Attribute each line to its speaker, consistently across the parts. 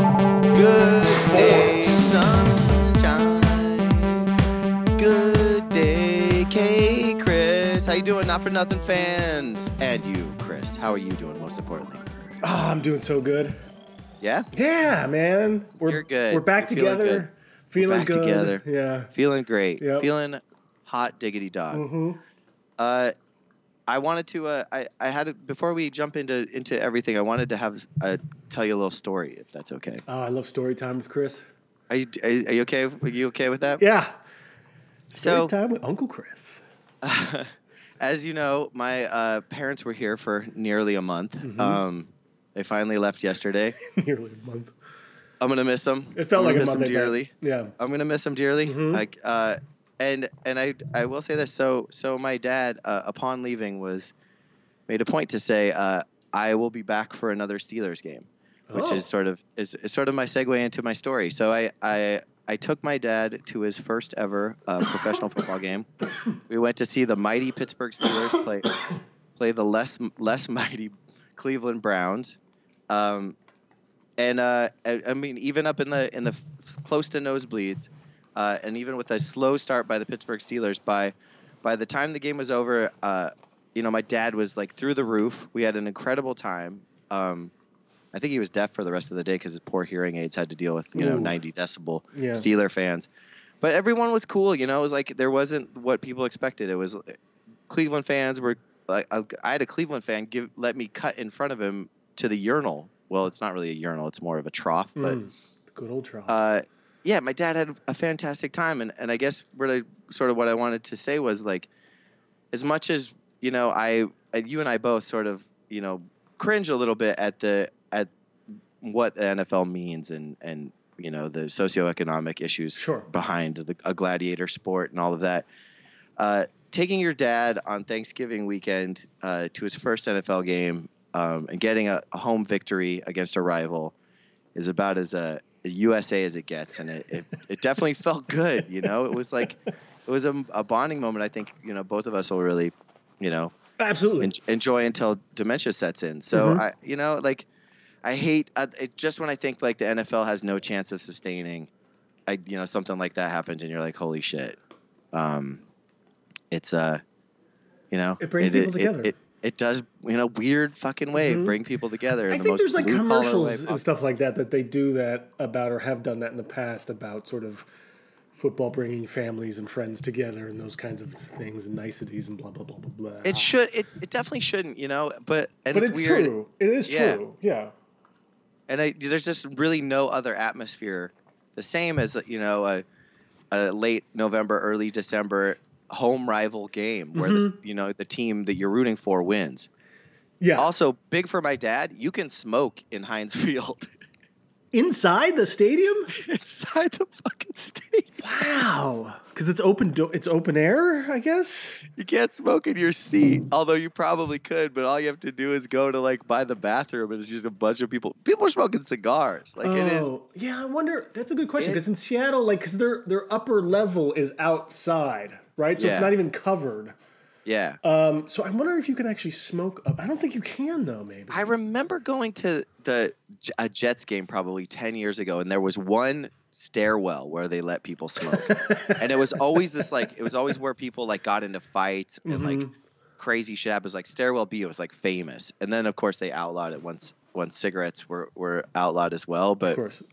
Speaker 1: Good day, sunshine. Good day, K. Chris. How you doing, not for nothing fans? And you, Chris. How are you doing? Most importantly,
Speaker 2: Ah, I'm doing so good.
Speaker 1: yeah,
Speaker 2: Yeah, man. We're
Speaker 1: You're good.
Speaker 2: We're back
Speaker 1: You're feeling
Speaker 2: together.
Speaker 1: good.
Speaker 2: Feeling
Speaker 1: back
Speaker 2: good.
Speaker 1: together.
Speaker 2: Yeah.
Speaker 1: feeling great,
Speaker 2: Yep.
Speaker 1: feeling hot, diggity dog.
Speaker 2: Mm-hmm.
Speaker 1: Uh, I wanted to. Uh, I I had a, before we jump into into everything. I wanted to have uh, tell you a little story, if that's okay.
Speaker 2: Oh, I love story time with Chris.
Speaker 1: Are you are you are you okay? Are you okay with that?
Speaker 2: Yeah. Story
Speaker 1: So-
Speaker 2: time with Uncle Chris.
Speaker 1: As you know, my uh, parents were here for nearly a month.
Speaker 2: Mm-hmm.
Speaker 1: Um, they finally left yesterday.
Speaker 2: Nearly a month.
Speaker 1: I'm gonna miss them.
Speaker 2: It
Speaker 1: I'm gonna
Speaker 2: felt like a
Speaker 1: miss
Speaker 2: month.
Speaker 1: them
Speaker 2: I bet.
Speaker 1: dearly.
Speaker 2: Yeah.
Speaker 1: I'm gonna miss them dearly.
Speaker 2: Mhm.
Speaker 1: Like, uh, and and I I will say this. So so my dad, uh, upon leaving, was made a point to say, uh, "I will be back for another Steelers game," which
Speaker 2: Oh.
Speaker 1: is sort of is, is sort of my segue into my story. So I I I took my dad to his first ever uh, professional football game. We went to see the mighty Pittsburgh Steelers play play the less less mighty Cleveland Browns. Um, and uh, I, I mean, even up in the in the f- close to nosebleeds, uh, and even with a slow start by the Pittsburgh Steelers, by by the time the game was over, uh, you know, my dad was like through the roof. We had an incredible time. Um, I think he was deaf for the rest of the day because his poor hearing aids had to deal with you know
Speaker 2: Ooh.
Speaker 1: 90 decibel
Speaker 2: Yeah.
Speaker 1: Steeler fans. But everyone was cool, you know. It was like there wasn't what people expected. It was uh, Cleveland fans were like I I had a Cleveland fan give let me cut in front of him to the urinal. Well, it's not really a urinal; it's more of a trough. But
Speaker 2: Mm. Good old Charles.
Speaker 1: uh, yeah, my dad had a fantastic time, and, and I guess really sort of what I wanted to say was like, as much as you know, I and you and I both sort of you know cringe a little bit at the at what the NFL means and and you know the socioeconomic issues
Speaker 2: Sure.
Speaker 1: behind the, a gladiator sport and all of that. Uh, taking your dad on Thanksgiving weekend uh, to his first NFL game um, and getting a, a home victory against a rival is about as uh, as USA as it gets, and it, it, it definitely felt good. You know, it was like it was a, a bonding moment. I think you know both of us will really, you know,
Speaker 2: Absolutely.
Speaker 1: en- enjoy until dementia sets in. So
Speaker 2: Mhm.
Speaker 1: I, you know, like I hate I, it, just when I think like the NFL has no chance of sustaining, I you know something like that happens, and you're like, holy shit, um, it's uh, you know,
Speaker 2: It brings people together.
Speaker 1: It, it, it does in a weird fucking way
Speaker 2: Mhm.
Speaker 1: bring people together. In
Speaker 2: I
Speaker 1: the
Speaker 2: think
Speaker 1: most
Speaker 2: there's like
Speaker 1: blue-collar way
Speaker 2: commercials
Speaker 1: possible.
Speaker 2: and stuff like that that they do that about or have done that in the past about sort of football bringing families and friends together and those kinds of things and niceties and blah blah blah blah blah.
Speaker 1: It should. It, it definitely shouldn't, you know. But and
Speaker 2: but
Speaker 1: it's,
Speaker 2: it's,
Speaker 1: weird.
Speaker 2: true. It is
Speaker 1: Yeah.
Speaker 2: true. Yeah.
Speaker 1: And I, there's just really no other atmosphere, the same as you know a, a late November, early December home rival game where the, you know the team that you're rooting for wins.
Speaker 2: Yeah.
Speaker 1: Also, big for my dad, you can smoke in Heinz Field
Speaker 2: Inside the stadium?
Speaker 1: inside the fucking state.
Speaker 2: Wow. Cuz it's open do- it's open air, I guess.
Speaker 1: You can't smoke in your seat, although you probably could. But all you have to do is go to like by the bathroom, and it's just a bunch of people. People are smoking cigars. Like it is.
Speaker 2: Oh, Yeah, I wonder. That's a good question
Speaker 1: It-
Speaker 2: cuz in Seattle like cuz their their upper level is outside, right? So
Speaker 1: Yeah.
Speaker 2: it's not even covered.
Speaker 1: Yeah.
Speaker 2: Um, so I'm wondering if you can actually smoke up. I don't think you can though. Maybe
Speaker 1: I remember going to the J- a Jets game probably 10 years ago and there was one stairwell where they let people smoke. and it was always this like it was always where people like got into fights and like uh,
Speaker 2: Mhm.
Speaker 1: crazy shit happened. It was like stairwell B it was like famous. And then of course they outlawed it once once cigarettes were were outlawed as well,
Speaker 2: of
Speaker 1: but
Speaker 2: course.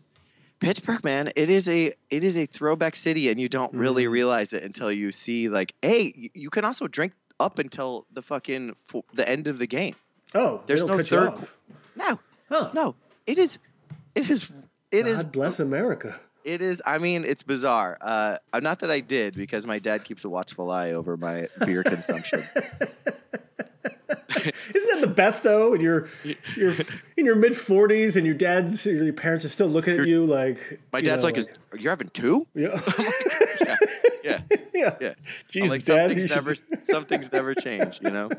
Speaker 1: Pittsburgh, man, it is a it is a throwback city, and you don't really realize it until you see like, hey, y- you can also drink up until the fucking f- the end of the game.
Speaker 2: Oh,
Speaker 1: there's
Speaker 2: there's no
Speaker 1: no
Speaker 2: cut
Speaker 1: third
Speaker 2: You off.
Speaker 1: No,
Speaker 2: Huh.
Speaker 1: no, it is, it is, it
Speaker 2: God
Speaker 1: is,
Speaker 2: bless America.
Speaker 1: it is. I mean, it's bizarre. Uh, not that I did because my dad keeps a watchful eye over my beer consumption.
Speaker 2: Isn't that the best though? And you're you're in your mid 40s, and your dad's your parents are still looking at you like
Speaker 1: My
Speaker 2: you
Speaker 1: dad's
Speaker 2: know,
Speaker 1: like, is, "You're having two?
Speaker 2: yeah.
Speaker 1: Yeah,
Speaker 2: yeah.
Speaker 1: Yeah.
Speaker 2: Jesus,
Speaker 1: like
Speaker 2: Dad, you
Speaker 1: something's
Speaker 2: should,
Speaker 1: never something's never changed, you know?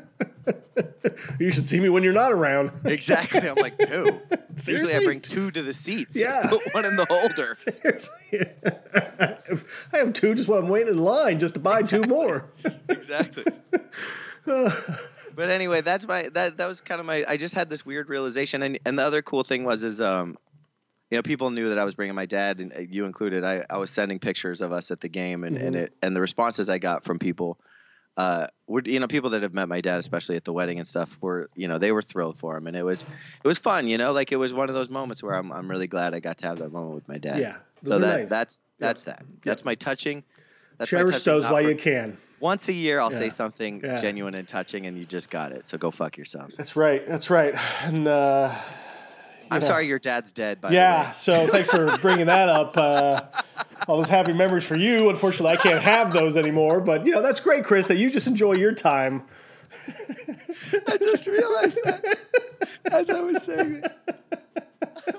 Speaker 2: you should see me when you're not around.
Speaker 1: Exactly. I'm like two. Usually I
Speaker 2: Seriously?
Speaker 1: bring two to the seats.
Speaker 2: Yeah.
Speaker 1: Put one in the holder.
Speaker 2: Seriously. If I have two just while I'm waiting in line just to buy two more. Uh,
Speaker 1: exactly. but anyway, that's my that that was kind of my. I just had this weird realization, and and the other cool thing was is um, you know, people knew that I was bringing my dad, and uh, you included. I I was sending pictures of us at the game, and and
Speaker 2: Mhm.
Speaker 1: it and the responses I got from people. Uh, would you know people that have met my dad, especially at the wedding and stuff, were you know they were thrilled for him, and it was it was fun, you know, like it was one of those moments where I'm I'm really glad I got to have that moment with my dad.
Speaker 2: Yeah.
Speaker 1: So
Speaker 2: those are
Speaker 1: that
Speaker 2: nice.
Speaker 1: that's
Speaker 2: Yeah.
Speaker 1: that's that. That's my touching. That's my
Speaker 2: Cherish
Speaker 1: touching,
Speaker 2: those
Speaker 1: not
Speaker 2: while
Speaker 1: for-
Speaker 2: you can.
Speaker 1: once a year, I'll
Speaker 2: Yeah.
Speaker 1: say something
Speaker 2: Yeah.
Speaker 1: genuine and touching, and you just got it. So go fuck yourself.
Speaker 2: That's right. That's right. And uh,
Speaker 1: I'm
Speaker 2: Yeah.
Speaker 1: sorry your dad's dead, by
Speaker 2: yeah,
Speaker 1: the way.
Speaker 2: so thanks for bringing that up. Uh, all those happy memories for you. Unfortunately, I can't have those anymore. But you know that's great, Chris. That you just enjoy your time.
Speaker 1: I just realized that as I was saying it.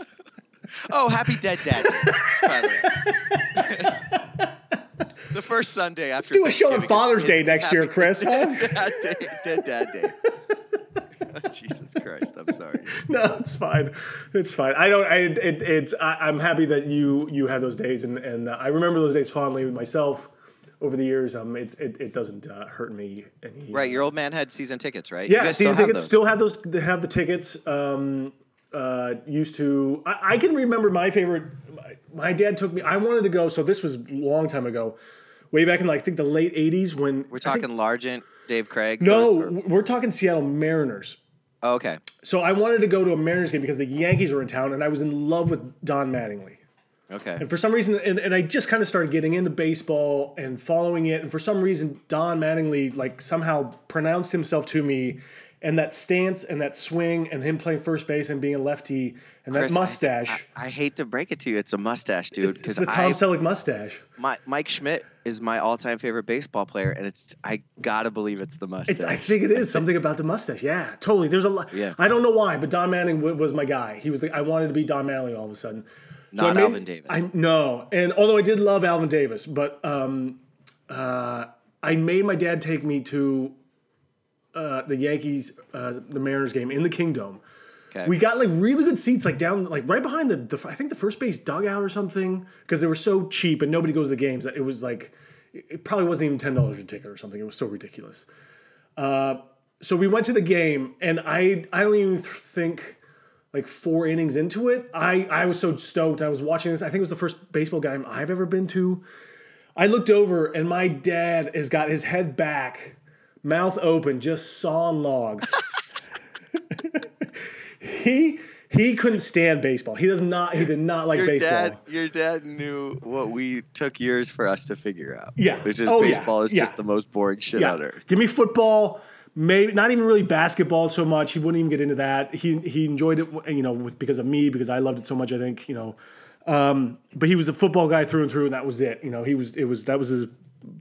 Speaker 1: oh, happy dead dad. Day, by the, way. The first Sunday after.
Speaker 2: Do a show on
Speaker 1: Thanksgiving
Speaker 2: Father's
Speaker 1: is-
Speaker 2: Day
Speaker 1: is
Speaker 2: next year,
Speaker 1: happy
Speaker 2: Chris. huh?
Speaker 1: Dad Day, dead dad day. Jesus Christ, I'm sorry.
Speaker 2: No, it's fine. It's fine. I don't. I, it, it's. I, I'm happy that you you have those days, and and I remember those days fondly myself. Over the years, um, it's it, it doesn't uh, hurt me any.
Speaker 1: Right, your old man had season tickets, right? You
Speaker 2: Yeah,
Speaker 1: guys
Speaker 2: season
Speaker 1: still have
Speaker 2: tickets
Speaker 1: those.
Speaker 2: still have those. They have the tickets. Um, uh, used to. I, I can remember my favorite. my- My dad took me. I wanted to go. So this was a long time ago, way back in like I think the late '80s when
Speaker 1: We're talking Largent, Dave Craig.
Speaker 2: No,
Speaker 1: those are-
Speaker 2: we're talking Seattle Mariners.
Speaker 1: oh, okay.
Speaker 2: So I wanted to go to a Mariners game because the Yankees were in town, and I was in love with Don Mattingly.
Speaker 1: Okay.
Speaker 2: And for some reason, and, and I just kind of started getting into baseball and following it. And for some reason, Don Mattingly like somehow pronounced himself to me, and that stance and that swing and him playing first base and being a lefty and that
Speaker 1: Chris, I-
Speaker 2: mustache.
Speaker 1: I, I hate to break it to you, it's a mustache, dude.
Speaker 2: it's
Speaker 1: Because
Speaker 2: the Tom
Speaker 1: Uh, I,
Speaker 2: Selleck mustache.
Speaker 1: my, Mike Schmidt is my all-time favorite baseball player, and it's I gotta believe it's the mustache.
Speaker 2: It's, I think it is something about the mustache. Yeah, totally. There's a lot.
Speaker 1: Yeah.
Speaker 2: I don't know why, but Don Manning w- was my guy. He was. The, I wanted to be Don Manning all of a sudden. So I
Speaker 1: Not
Speaker 2: made-
Speaker 1: Alvin Davis.
Speaker 2: I no, and although I did love Alvin Davis, but um, uh, I made my dad take me to uh, the Yankees, uh, the Mariners game in the Kingdom.
Speaker 1: okay.
Speaker 2: We got like really good seats, like down, like right behind the, the I think the first base dugout or something, because they were so cheap and nobody goes to the games. that It was like, it probably wasn't even ten dollars a ticket or something. It was so ridiculous. Uh, so we went to the game, and I I don't even think like four innings into it, I I was so stoked. I was watching this. I think it was the first baseball game I've ever been to. I looked over, and my dad has got his head back, mouth open, just sawing logs he he couldn't stand baseball. He does not. He did not like
Speaker 1: your
Speaker 2: baseball.
Speaker 1: dad, your dad knew what we took years for us to figure out.
Speaker 2: Yeah.
Speaker 1: which is
Speaker 2: Oh, yeah.
Speaker 1: baseball is
Speaker 2: Yeah.
Speaker 1: just the most boring shit
Speaker 2: yeah.
Speaker 1: on earth.
Speaker 2: Give me football. Maybe not even really basketball so much. He wouldn't even get into that. He he enjoyed it, you know, with, because of me because I loved it so much. I think you know, um, but he was a football guy through and through, and that was it. You know, he was it was that was his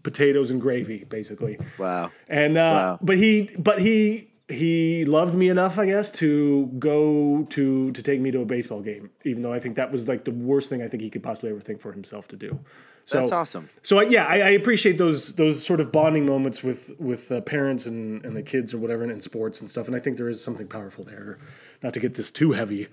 Speaker 2: potatoes and gravy basically.
Speaker 1: Wow.
Speaker 2: And uh,
Speaker 1: Wow.
Speaker 2: but he but he he loved me enough, I guess, to go to to take me to a baseball game, even though I think that was like the worst thing I think he could possibly ever think for himself to do. So
Speaker 1: That's awesome.
Speaker 2: So I, yeah, I, I appreciate those those sort of bonding moments with with uh, parents and and the kids or whatever, and in sports and stuff. And I think there is something powerful there. Not to get this too heavy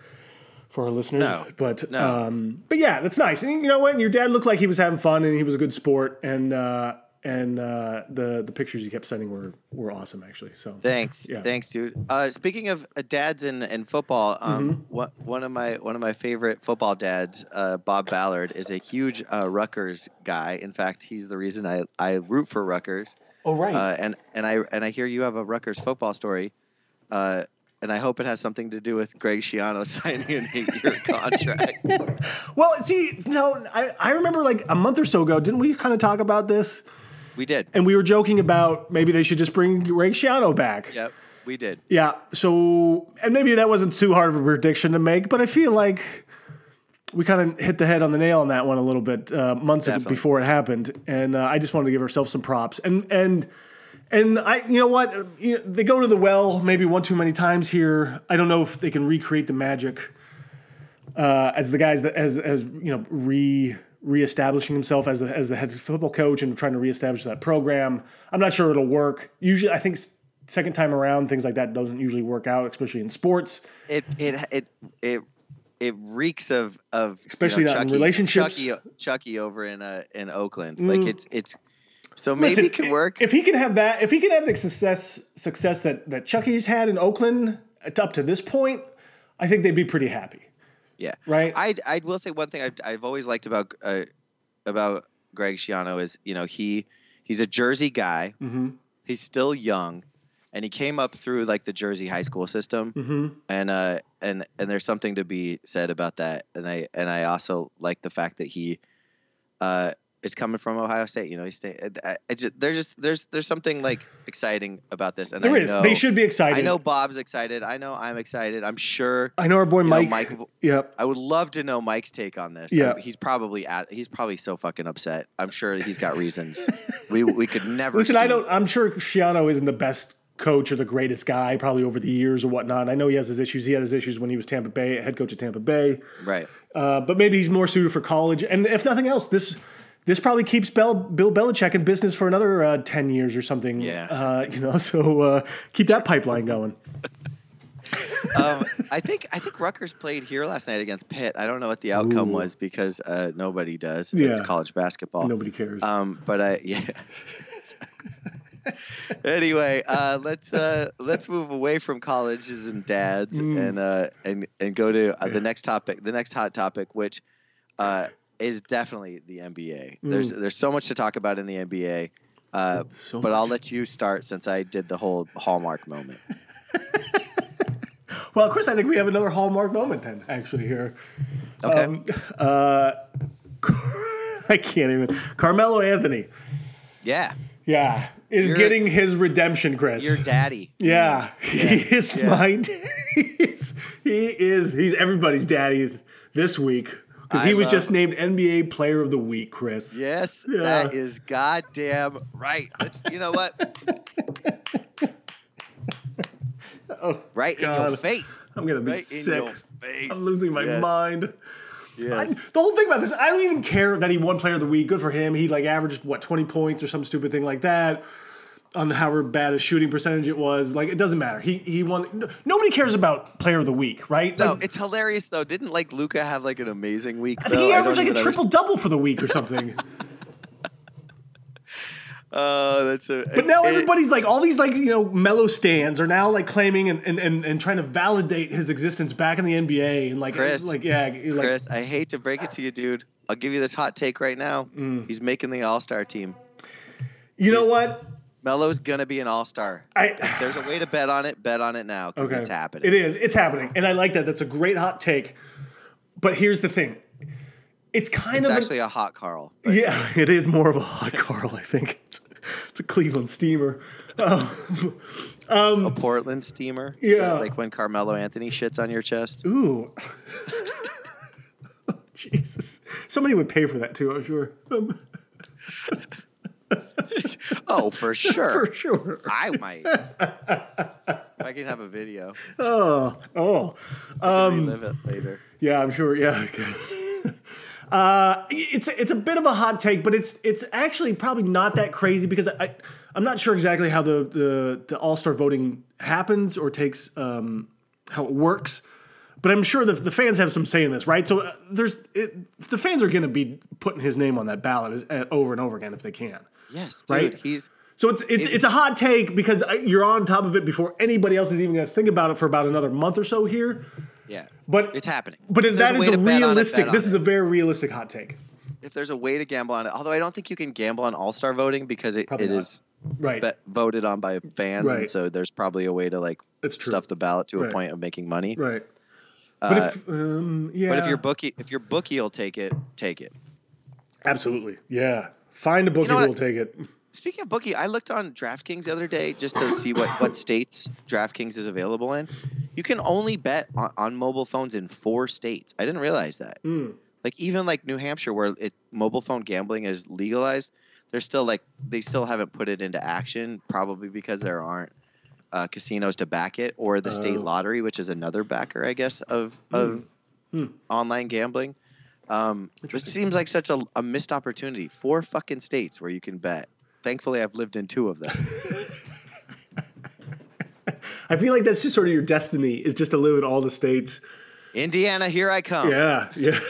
Speaker 2: for our listeners,
Speaker 1: No.
Speaker 2: but
Speaker 1: No.
Speaker 2: um, but yeah, that's nice. And you know what? Your dad looked like he was having fun and he was a good sport. And uh, and uh, the the pictures he kept sending were were awesome actually. So
Speaker 1: Thanks,
Speaker 2: Yeah.
Speaker 1: thanks, dude. Uh, speaking of uh, dads and, and football, um, one- one of my one of my favorite football dads, uh, Bob Ballard, is a huge uh, Rutgers guy. In fact, he's the reason I, I root for Rutgers.
Speaker 2: oh right,
Speaker 1: Uh, and and I and I hear you have a Rutgers football story, uh, and I hope it has something to do with Greg Schiano signing an eight-year contract.
Speaker 2: Well, see, no, I, I remember like a month or so ago, didn't we kind of talk about this?
Speaker 1: we did.
Speaker 2: And we were joking about maybe they should just bring Ray Shiano back.
Speaker 1: Yep, we did.
Speaker 2: Yeah. So, and maybe that wasn't too hard of a prediction to make, but I feel like we kind of hit the head on the nail on that one a little bit uh, months ago
Speaker 1: Definitely.
Speaker 2: before it happened, and uh, I just wanted to give ourselves some props. And and and I, you know what, Uh, you know, they go to the well maybe one too many times here. I don't know if they can recreate the magic uh, as the guys that as as you know re reestablishing himself as the, as the head football coach and trying to reestablish that program. I'm not sure it'll work. Usually, I think s- second time around, things like that doesn't usually work out, especially in sports.
Speaker 1: It it it it it reeks of of you
Speaker 2: Especially
Speaker 1: know,
Speaker 2: not in
Speaker 1: Chucky,
Speaker 2: relationships. Mm.
Speaker 1: Chucky, Chucky over in uh, in Oakland. Like it's it's so maybe
Speaker 2: Listen,
Speaker 1: it could work.
Speaker 2: If he can have that, if he can have the success success that that Chucky's had in Oakland at- up to this point, I think they'd be pretty happy,
Speaker 1: yeah.
Speaker 2: right?
Speaker 1: I I will say one thing I've, I've always liked about uh, about Greg Schiano is you know he he's a Jersey guy.
Speaker 2: mm-hmm.
Speaker 1: He's still young, and he came up through like the Jersey high school system,
Speaker 2: Mm-hmm.
Speaker 1: and uh and and there's something to be said about that. And I and I also like the fact that he uh is coming from Ohio State. You know, he's staying. I, I just there's just there's there's something like exciting about this, and
Speaker 2: There
Speaker 1: I
Speaker 2: is.
Speaker 1: know
Speaker 2: They should be excited.
Speaker 1: I know Bob's excited. I know I'm excited. I'm sure.
Speaker 2: I know our boy
Speaker 1: you know,
Speaker 2: Mike.
Speaker 1: Mike
Speaker 2: Yep.
Speaker 1: I would love to know Mike's take on this.
Speaker 2: Yeah.
Speaker 1: Um, he's probably at, he's probably so fucking upset. I'm sure he's got reasons. we we could never
Speaker 2: Listen,
Speaker 1: see.
Speaker 2: I don't. I'm sure Shiano isn't the best coach or the greatest guy, probably over the years or whatnot. I know he has his issues. He had his issues when he was Tampa Bay head coach at Tampa Bay,
Speaker 1: right.
Speaker 2: uh, but maybe he's more suited for college. And if nothing else, this this probably keeps Bell, Bill Belichick in business for another uh, ten years or something.
Speaker 1: Yeah.
Speaker 2: uh, you know. So uh, keep that pipeline going.
Speaker 1: Um, I think I think Rutgers played here last night against Pitt. I don't know what the outcome
Speaker 2: Ooh.
Speaker 1: was because uh, nobody does. It's
Speaker 2: Yeah.
Speaker 1: college basketball.
Speaker 2: Nobody cares.
Speaker 1: Um, but I yeah. anyway, uh, let's uh, let's move away from colleges and dads
Speaker 2: Mm.
Speaker 1: and uh, and and go to uh, the next topic, the next hot topic, which uh, is definitely the NBA.
Speaker 2: Mm.
Speaker 1: There's there's so much to talk about in the NBA. Uh,
Speaker 2: So
Speaker 1: but
Speaker 2: much.
Speaker 1: I'll let you start since I did the whole hallmark moment.
Speaker 2: Well, of course, I think we have another hallmark moment then, actually here.
Speaker 1: Okay.
Speaker 2: Um, uh, I can't even. Carmelo Anthony.
Speaker 1: yeah,
Speaker 2: Yeah, is
Speaker 1: You're-
Speaker 2: getting his redemption, Chris.
Speaker 1: your daddy.
Speaker 2: yeah, he is
Speaker 1: yeah.
Speaker 2: my. da- He's, he is. He's everybody's daddy this week because he
Speaker 1: I
Speaker 2: was
Speaker 1: love-
Speaker 2: just named NBA Player of the Week, Chris.
Speaker 1: Yes,
Speaker 2: Yeah.
Speaker 1: that is goddamn right. Let's, you know what? right in your
Speaker 2: Oh, God.
Speaker 1: face.
Speaker 2: I'm gonna be
Speaker 1: Right in
Speaker 2: sick.
Speaker 1: your face.
Speaker 2: I'm losing my
Speaker 1: Yes,
Speaker 2: mind. I-
Speaker 1: Yes.
Speaker 2: the whole thing about this, I don't even care that he won Player of the Week. Good for him. He like averaged what 20 points or some stupid thing like that. On however bad his shooting percentage it was, like it doesn't matter. He he won. no- nobody cares about Player of the Week, right?
Speaker 1: No,
Speaker 2: Like,
Speaker 1: it's hilarious though. Didn't like Luca have like an amazing week?
Speaker 2: I think he averaged like a triple double for the week or something.
Speaker 1: Oh, that's a.
Speaker 2: But now everybody's like all these like you know mellow stands are now like claiming and, and, and, and trying to validate his existence back in the NBA and like
Speaker 1: Chris,
Speaker 2: like yeah like
Speaker 1: Chris, I hate to break it to you, dude. I'll give you this hot take right now.
Speaker 2: Mm.
Speaker 1: He's making the All Star team.
Speaker 2: you know what
Speaker 1: Melo's gonna be an All Star.
Speaker 2: I
Speaker 1: There's a way to bet on it. Bet on it now because it's happening.
Speaker 2: It is. It's happening, and I like that. That's a great hot take. But here's the thing: it's kind
Speaker 1: It's
Speaker 2: of an-
Speaker 1: actually a hot Carl. but-
Speaker 2: yeah, it is more of a hot Carl. I think it's, it's a Cleveland steamer. Um,
Speaker 1: a Portland steamer.
Speaker 2: Yeah.
Speaker 1: Like when Carmelo Anthony shits on your chest.
Speaker 2: Ooh. Jesus. Somebody would pay for that too, I'm sure. Um,
Speaker 1: Oh, for sure.
Speaker 2: for sure.
Speaker 1: I might. if I can have a video.
Speaker 2: Oh, oh.
Speaker 1: Um, relive it later.
Speaker 2: Yeah, I'm sure. Yeah. okay. uh, it's it's a bit of a hot take, but it's it's actually probably not that crazy because I I'm not sure exactly how the the, the All Star voting happens or takes um, how it works. But I'm sure the, the fans have some say in this, right? So uh, there's it, the fans are going to be putting his name on that ballot is- uh, over and over again if they can.
Speaker 1: Yes, dude.
Speaker 2: Right?
Speaker 1: He's
Speaker 2: So it's it's, it's a hot take because uh, you're on top of it before anybody else is even going to think about it for about another month or so here.
Speaker 1: yeah.
Speaker 2: But
Speaker 1: It's happening.
Speaker 2: but
Speaker 1: If
Speaker 2: that
Speaker 1: there's
Speaker 2: is
Speaker 1: way
Speaker 2: a
Speaker 1: to bet on it,
Speaker 2: realistic.
Speaker 1: bet on
Speaker 2: This is
Speaker 1: it.
Speaker 2: a very realistic hot take,
Speaker 1: if there's a way to gamble on it. Although I don't think you can gamble on All Star voting because it,
Speaker 2: Probably
Speaker 1: it
Speaker 2: not.
Speaker 1: is
Speaker 2: right?
Speaker 1: bet, voted on by fans, and
Speaker 2: Right.
Speaker 1: so there's probably a way to like
Speaker 2: It's true.
Speaker 1: stuff the ballot to a
Speaker 2: Right.
Speaker 1: point of making money.
Speaker 2: Right.
Speaker 1: Uh,
Speaker 2: But if um, yeah,
Speaker 1: But if your bookie, if your bookie will take it, take it.
Speaker 2: absolutely, yeah, find a bookie
Speaker 1: know
Speaker 2: who will
Speaker 1: what?
Speaker 2: take it.
Speaker 1: Speaking of bookie, I looked on DraftKings the other day just to see what, what states DraftKings is available in. You can only bet on, on mobile phones in four states. I didn't realize that. Like even like New Hampshire, where it, mobile phone gambling is legalized, they're still like they still haven't put it into action, probably because there aren't uh, casinos to back it, or the state
Speaker 2: Oh.
Speaker 1: lottery, which is another backer, I guess, of of online gambling. Um, this
Speaker 2: Interesting.
Speaker 1: seems like such a, a missed opportunity. Four fucking states where you can bet. Thankfully, I've lived in two of them.
Speaker 2: I feel like that's just sort of your destiny is just to live in all the states.
Speaker 1: Indiana, here I come.
Speaker 2: Yeah, yeah.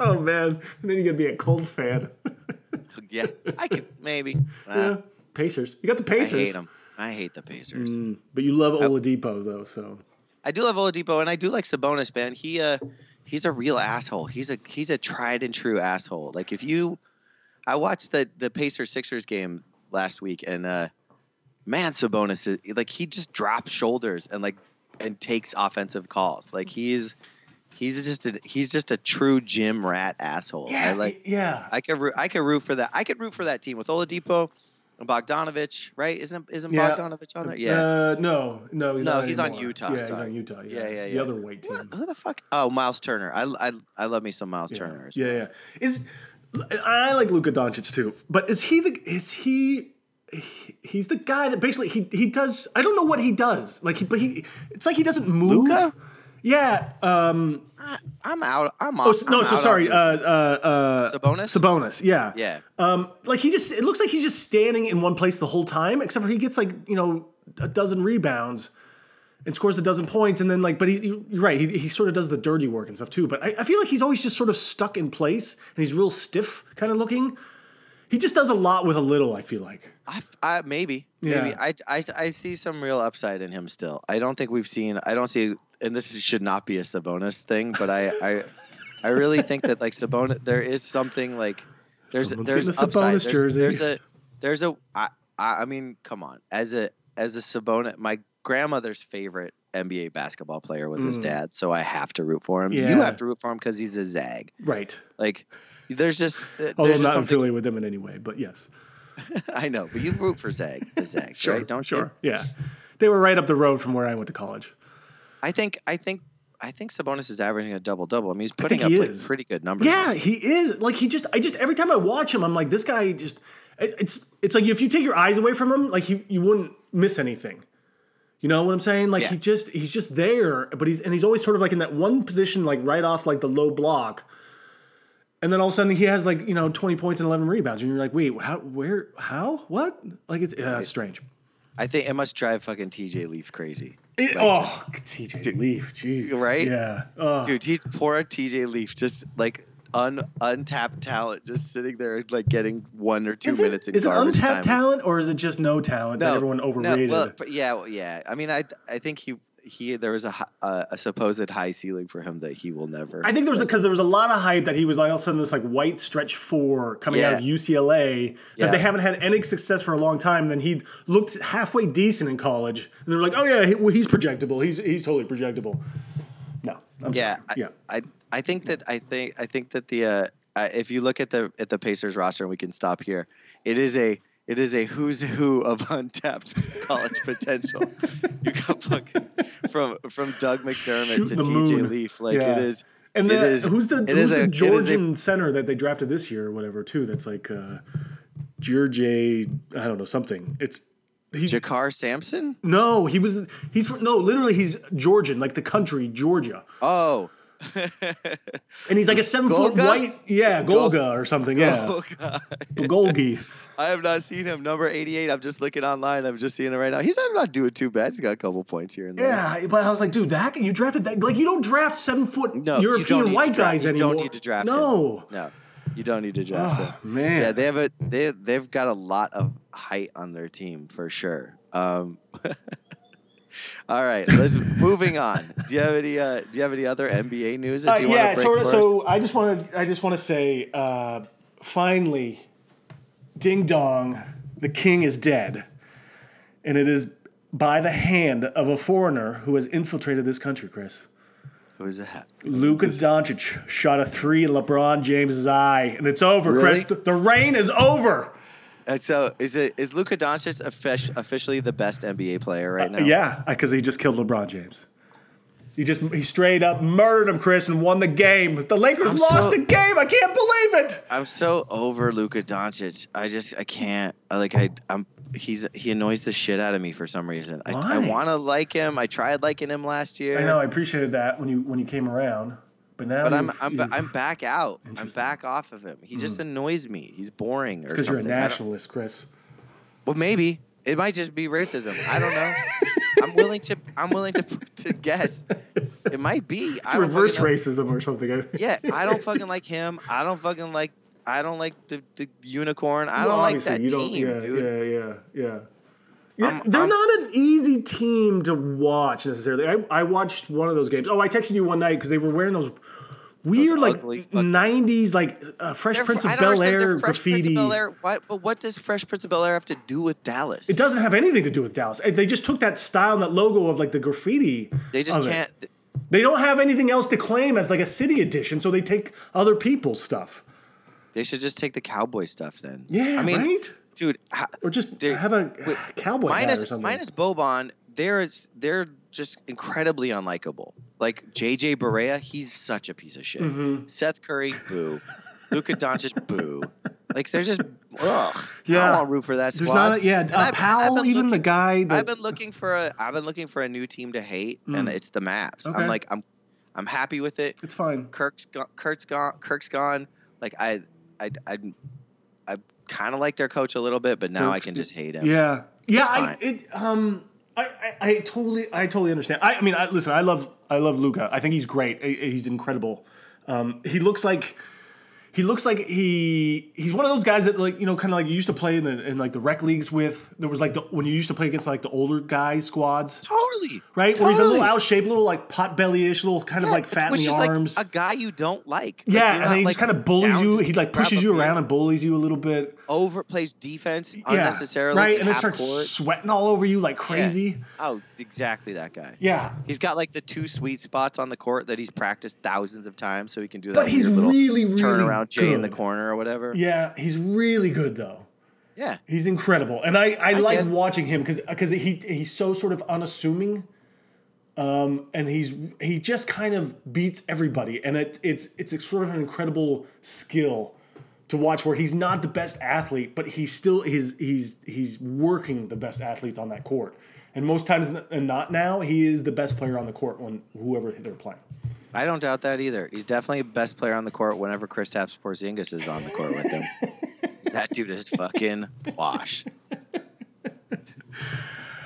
Speaker 2: oh man, and then you're gonna be a Colts fan.
Speaker 1: Uh, Yeah, I could maybe.
Speaker 2: yeah.
Speaker 1: Ah,
Speaker 2: Pacers, you got the
Speaker 1: I
Speaker 2: Pacers.
Speaker 1: hate them. I hate the Pacers.
Speaker 2: Mm, but you love Oladipo though, so
Speaker 1: I do love Oladipo, and I do like Sabonis, man. He uh, he's a real asshole. He's a he's a tried and true asshole. Like if you, I watched the the Pacers Sixers game last week, and uh, man, Sabonis is like he just drops shoulders and like and takes offensive calls. Like he's he's just a he's just a true gym rat asshole. I like
Speaker 2: yeah.
Speaker 1: I could root, I could root for that. I could root for that team with Oladipo and Bogdanovich, right? Isn't isn't
Speaker 2: Yeah.
Speaker 1: Bogdanovich on there? Yeah.
Speaker 2: Uh, no, no, he's
Speaker 1: No,
Speaker 2: not
Speaker 1: he's on
Speaker 2: anymore.
Speaker 1: Utah,
Speaker 2: Yeah, he's
Speaker 1: sorry.
Speaker 2: on Utah. Yeah,
Speaker 1: Yeah, yeah,
Speaker 2: The
Speaker 1: yeah.
Speaker 2: other white team.
Speaker 1: What? Who the fuck? Oh, Miles Turner. I I, I love me some Miles
Speaker 2: Yeah.
Speaker 1: Turner. as
Speaker 2: Yeah, yeah. Is I like Luka Doncic too, but is he the is he? he- He's the guy that basically he he does. I don't know what he does. Like he, but he, it's like he doesn't move.
Speaker 1: Luka?
Speaker 2: Yeah. Um.
Speaker 1: well. I, am out. I'm
Speaker 2: Oh,
Speaker 1: off.
Speaker 2: s- no.
Speaker 1: I'm
Speaker 2: So
Speaker 1: out
Speaker 2: sorry. Uh.
Speaker 1: on
Speaker 2: Uh. uh
Speaker 1: Sabonis.
Speaker 2: Sabonis. Yeah.
Speaker 1: yeah.
Speaker 2: Um. Like he just. It looks like he's just standing in one place the whole time, except for he gets like you know a dozen rebounds. And scores a dozen points, and then like, but he, you- you're right. He, he sort of does the dirty work and stuff too. But I, I feel like he's always just sort of stuck in place, and he's real stiff kind of looking. He just does a lot with a little. I feel like.
Speaker 1: I, I maybe
Speaker 2: Yeah.
Speaker 1: maybe I, I I see some real upside in him still. I don't think we've seen. I don't see. And this should not be a Sabonis thing, but I I, I really think that like Sabonis, there is something like there's
Speaker 2: Someone's
Speaker 1: there's
Speaker 2: getting a
Speaker 1: upside.
Speaker 2: Sabonis
Speaker 1: there's,
Speaker 2: jersey.
Speaker 1: there's a there's a I, I I mean come on as a as a Sabonis my grandmother's favorite NBA basketball player was his
Speaker 2: Mm.
Speaker 1: dad, so I have to root for him. You
Speaker 2: Yeah.
Speaker 1: have to root for him because he's a zag.
Speaker 2: Right.
Speaker 1: Like there's just there's
Speaker 2: Although
Speaker 1: just
Speaker 2: I'm not
Speaker 1: something
Speaker 2: affiliated with them in any way, but yes.
Speaker 1: I know, but you root for zag the zag
Speaker 2: Sure.
Speaker 1: right? Don't you?
Speaker 2: sure. Yeah. They were right up the road from where I went to college.
Speaker 1: I think I think I think Sabonis is averaging a double double. I mean, he's putting up
Speaker 2: think he
Speaker 1: like
Speaker 2: is.
Speaker 1: pretty good numbers.
Speaker 2: Yeah, he is. Like he just I just every time I watch him, I'm like, this guy just it- it's it's like if you take your eyes away from him, like you you wouldn't miss anything. You know what I'm saying? Like
Speaker 1: Yeah.
Speaker 2: he just he's just there, but he's and he's always sort of like in that one position, like right off like the low block. And then all of a sudden he has like, you know, 20 points and 11 rebounds. And you're like, wait, how, where, how, what? Like it's uh, strange.
Speaker 1: I think it must drive fucking TJ Leaf crazy,
Speaker 2: It,
Speaker 1: Like,
Speaker 2: oh, TJ Leaf, jeez.
Speaker 1: Right?
Speaker 2: Yeah. Oh,
Speaker 1: dude. He's poor TJ Leaf, just like un untapped talent, just sitting there like getting one or two
Speaker 2: is
Speaker 1: minutes
Speaker 2: it,
Speaker 1: in
Speaker 2: is it
Speaker 1: garbage
Speaker 2: untapped
Speaker 1: time.
Speaker 2: talent or is it just no talent that everyone overrated?
Speaker 1: No, well, but yeah, well, yeah. I mean, I I think he he there was a hi- uh, a supposed high ceiling for him that he will never.
Speaker 2: I think there was because there was a lot of hype that he was like all of a sudden this like white stretch four coming out of
Speaker 1: Yeah.
Speaker 2: UCLA that
Speaker 1: Yeah.
Speaker 2: they haven't had any success for a long time. Then he looked halfway decent in college, and they were like, "Oh yeah, he, well, he's projectable. He's he's totally projectable." No, I'm
Speaker 1: yeah,
Speaker 2: sorry.
Speaker 1: I,
Speaker 2: yeah,
Speaker 1: I I think that I think I think that the uh, uh, if you look at the at the Pacers roster, and we can stop here. It is a it is a who's who of untapped college potential. you got fucking from from Doug McDermott
Speaker 2: Shoot
Speaker 1: to
Speaker 2: the
Speaker 1: TJ
Speaker 2: moon.
Speaker 1: Leaf. Like
Speaker 2: Yeah.
Speaker 1: it is.
Speaker 2: and
Speaker 1: it
Speaker 2: then uh,
Speaker 1: is-
Speaker 2: who's the
Speaker 1: it
Speaker 2: who's
Speaker 1: is a-
Speaker 2: the
Speaker 1: it is a-
Speaker 2: Georgian center that they drafted this year or whatever too? That's like uh, George, I don't know something. It's he,
Speaker 1: Jakar Sampson?
Speaker 2: No, he was. He's from, no, literally, he's Georgian, like the country Georgia,
Speaker 1: Oh.
Speaker 2: and he's like a seven foot
Speaker 1: Golga?
Speaker 2: white, yeah,
Speaker 1: Gol-
Speaker 2: Golga or something, yeah,
Speaker 1: Oh god.
Speaker 2: Golgi.
Speaker 1: I have not seen him. Number 88. I'm just looking online. I'm just seeing him right now. He's not doing too bad. He's got a couple points here and there.
Speaker 2: Yeah, but I was like, dude, that you drafted that, like you don't draft seven foot
Speaker 1: No, you don't need
Speaker 2: European
Speaker 1: to
Speaker 2: white
Speaker 1: draft-
Speaker 2: guys
Speaker 1: you
Speaker 2: anymore.
Speaker 1: Don't need to draft. him.
Speaker 2: No,
Speaker 1: No, you don't need to draft
Speaker 2: Oh,
Speaker 1: him.
Speaker 2: man,
Speaker 1: Yeah, they have a they they've got a lot of height on their team for sure. Um, all right, let's moving on. Do you have any uh, Do you have any other NBA news that
Speaker 2: Uh,
Speaker 1: you
Speaker 2: yeah,
Speaker 1: want to break
Speaker 2: so,
Speaker 1: first?
Speaker 2: so I just want to I just want to say, uh, finally, ding dong, the king is dead, and it is by the hand of a foreigner who has infiltrated this country, Chris.
Speaker 1: Who's that?
Speaker 2: Luka Doncic shot a three in LeBron James's eye, and it's over,
Speaker 1: Really?
Speaker 2: Chris. The rain is over.
Speaker 1: Uh, so is it is Luka Doncic offic- officially the best NBA player
Speaker 2: Uh,
Speaker 1: right now?
Speaker 2: Yeah, because he just killed LeBron James. He just he straight up murdered him, Chris, and won the game. The Lakers
Speaker 1: I'm
Speaker 2: lost
Speaker 1: so-
Speaker 2: the game. I can't believe it.
Speaker 1: I'm so over Luka Doncic. I just I can't. I like I I'm he's he annoys the shit out of me for some reason. I, I
Speaker 2: Why?
Speaker 1: want to like him. I tried liking him last year.
Speaker 2: I know. I appreciated that when you when you came around, But now,
Speaker 1: But I'm
Speaker 2: you've-
Speaker 1: I'm,
Speaker 2: you've-
Speaker 1: I'm back out. I'm
Speaker 2: Interesting.
Speaker 1: back off of him. He just annoys me. He's boring or
Speaker 2: because you're a
Speaker 1: something. I don't-
Speaker 2: nationalist, Chris.
Speaker 1: Well, maybe it might just be racism. I don't know. I'm willing to. I'm willing to to guess. It might be. I
Speaker 2: It's
Speaker 1: don't
Speaker 2: reverse
Speaker 1: fucking know.
Speaker 2: racism or something. I think.
Speaker 1: Yeah, I don't fucking like him. I don't fucking like. I don't like the, the unicorn. I
Speaker 2: Well,
Speaker 1: don't like
Speaker 2: obviously,
Speaker 1: that
Speaker 2: you don't-
Speaker 1: team,
Speaker 2: yeah,
Speaker 1: dude.
Speaker 2: Yeah, yeah, yeah. Yeah,
Speaker 1: I'm-
Speaker 2: they're
Speaker 1: I'm-
Speaker 2: not an easy team to watch necessarily. I, I watched one of those games. Oh, I texted you one night because they were wearing those weird,
Speaker 1: ugly
Speaker 2: like
Speaker 1: fucking-
Speaker 2: '90s, like uh, Fresh
Speaker 1: They're fr-
Speaker 2: Prince
Speaker 1: I
Speaker 2: of
Speaker 1: don't
Speaker 2: Bel
Speaker 1: understand. They're
Speaker 2: Air
Speaker 1: Fresh Prince
Speaker 2: graffiti.
Speaker 1: of Bel Air. What? But what does Fresh Prince of Bel Air have to do with Dallas?
Speaker 2: It doesn't have anything to do with Dallas. They just took that style and that logo of like the graffiti.
Speaker 1: They just
Speaker 2: of it.
Speaker 1: can't.
Speaker 2: They don't have anything else to claim as like a city edition, so they take other people's stuff.
Speaker 1: They should just take the cowboy stuff then.
Speaker 2: Yeah,
Speaker 1: I mean,
Speaker 2: right?
Speaker 1: dude. ha-
Speaker 2: Or just
Speaker 1: Dude,
Speaker 2: have a
Speaker 1: wait,
Speaker 2: cowboy hat or
Speaker 1: minus
Speaker 2: something.
Speaker 1: minus Boban, they're they're just incredibly unlikable. Like JJ Barea, he's such a piece of shit.
Speaker 2: Mm-hmm.
Speaker 1: Seth Curry, boo. Luka Doncic, boo. Like they're just ugh. I
Speaker 2: Yeah.
Speaker 1: don't want to root for that
Speaker 2: There's
Speaker 1: squad.
Speaker 2: not a, yeah,
Speaker 1: And
Speaker 2: uh,
Speaker 1: I've- I've
Speaker 2: Powell,
Speaker 1: been
Speaker 2: even the
Speaker 1: looking-
Speaker 2: guy that
Speaker 1: I've been looking for a I've been looking for a new team to hate, and
Speaker 2: Mm.
Speaker 1: it's the Mavs.
Speaker 2: Okay.
Speaker 1: I'm like I'm I'm happy with it.
Speaker 2: it's fine.
Speaker 1: Kirk's gone. Kirk's gone. Kirk's gone. Like I I I, I kind of like their coach a little bit, but now I
Speaker 2: Dirk's
Speaker 1: can
Speaker 2: good.
Speaker 1: just hate him.
Speaker 2: Yeah, yeah. I
Speaker 1: fine.
Speaker 2: it um I, I I totally I totally understand. I, I mean, I, listen, I love I love Luca. I think he's great. I- I- he's incredible. Um, he looks like. He looks like he he's one of those guys that like you know kind of like you used to play in the in like the rec leagues with there was like the when you used to play against like the older guys squads
Speaker 1: Totally.
Speaker 2: right where he's a little
Speaker 1: Totally.
Speaker 2: out shaped little like pot belly-ish little kind of
Speaker 1: Yeah,
Speaker 2: like fat
Speaker 1: which
Speaker 2: in the
Speaker 1: is like
Speaker 2: arms
Speaker 1: a guy you don't like. Like,
Speaker 2: yeah
Speaker 1: you're
Speaker 2: and
Speaker 1: not,
Speaker 2: then he
Speaker 1: like,
Speaker 2: just kind of bullies
Speaker 1: down
Speaker 2: you
Speaker 1: to
Speaker 2: he like
Speaker 1: grab
Speaker 2: pushes
Speaker 1: a
Speaker 2: you
Speaker 1: beer,
Speaker 2: around and bullies you a little bit
Speaker 1: overplays defense
Speaker 2: Yeah,
Speaker 1: unnecessarily.
Speaker 2: right?
Speaker 1: in
Speaker 2: And then
Speaker 1: half
Speaker 2: starts
Speaker 1: court.
Speaker 2: sweating all over you like crazy.
Speaker 1: Oh, exactly that guy.
Speaker 2: Yeah,
Speaker 1: He's got like the two sweet spots on the court that he's practiced thousands of times, so he can do that.
Speaker 2: but he's
Speaker 1: weird little
Speaker 2: really, really
Speaker 1: turn around Jay in the
Speaker 2: good.
Speaker 1: corner or whatever.
Speaker 2: Yeah, he's really good though.
Speaker 1: Yeah.
Speaker 2: He's incredible, and I, I, like
Speaker 1: get it.
Speaker 2: watching him because he he's so sort of unassuming, um, and he's he just kind of beats everybody, and it, it's it's a sort of an incredible skill to watch where he's not the best athlete, but he's still he's he's he's working the best athletes on that court, and most times n- and not now he is the best player on the court when whoever they're playing.
Speaker 1: I don't doubt that either. He's definitely best player on the court whenever Kristaps Porzingis is on the court with him. that dude is fucking wash.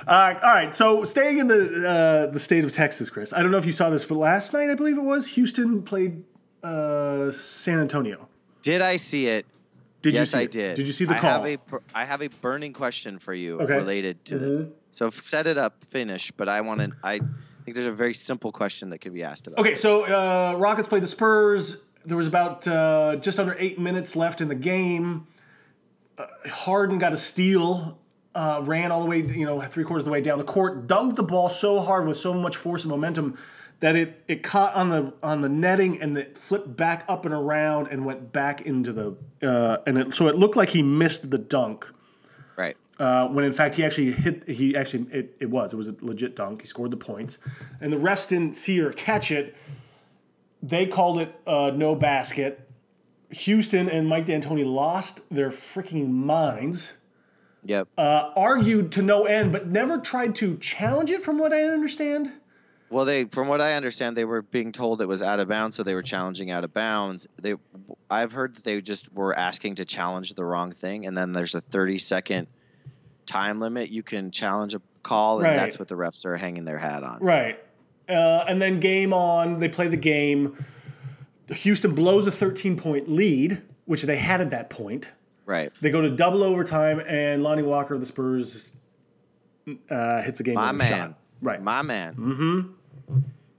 Speaker 2: Uh, all right, so staying in the uh, the state of Texas, Chris. I don't know if you saw this, but last night I believe it was Houston played uh, San Antonio.
Speaker 1: Did I see it?
Speaker 2: Did you
Speaker 1: yes,
Speaker 2: see
Speaker 1: I
Speaker 2: it?
Speaker 1: did.
Speaker 2: Did you see the
Speaker 1: I
Speaker 2: call?
Speaker 1: Have a, per- I have a burning question for you
Speaker 2: Okay.
Speaker 1: related to this.
Speaker 2: Mhm.
Speaker 1: So f- set it up, finish. But I want to. I think there's a very simple question that could be asked about.
Speaker 2: Okay, so uh, Rockets played the Spurs. There was about uh, just under eight minutes left in the game. Uh, Harden got a steal, uh, ran all the way, you know, three quarters of the way down the court, dunked the ball so hard with so much force and momentum that it it caught on the on the netting and it flipped back up and around and went back into the uh, and it, so it looked like he missed the dunk.
Speaker 1: Right.
Speaker 2: Uh, when in fact he actually hit he actually it, it was it was a legit dunk he scored the points and the refs didn't see or catch it they called it uh, no basket houston and mike d'antoni lost their freaking minds
Speaker 1: Yep.
Speaker 2: uh, argued to no end but never tried to challenge it from what i understand
Speaker 1: well, they, from what I understand, they were being told it was out of bounds, so they were challenging out of bounds. They, I've heard that they just were asking to challenge the wrong thing, and then there's a 30 second time limit. You can challenge a call, and
Speaker 2: Right.
Speaker 1: that's what the refs are hanging their hat on.
Speaker 2: Right. Uh, and then game on, they play the game. Houston blows a 13 point lead, which they had at that point.
Speaker 1: Right.
Speaker 2: They go to double overtime, and Lonnie Walker of the Spurs uh, hits a game
Speaker 1: My
Speaker 2: winning
Speaker 1: man.
Speaker 2: shot. Right.
Speaker 1: My man. Mm-hmm.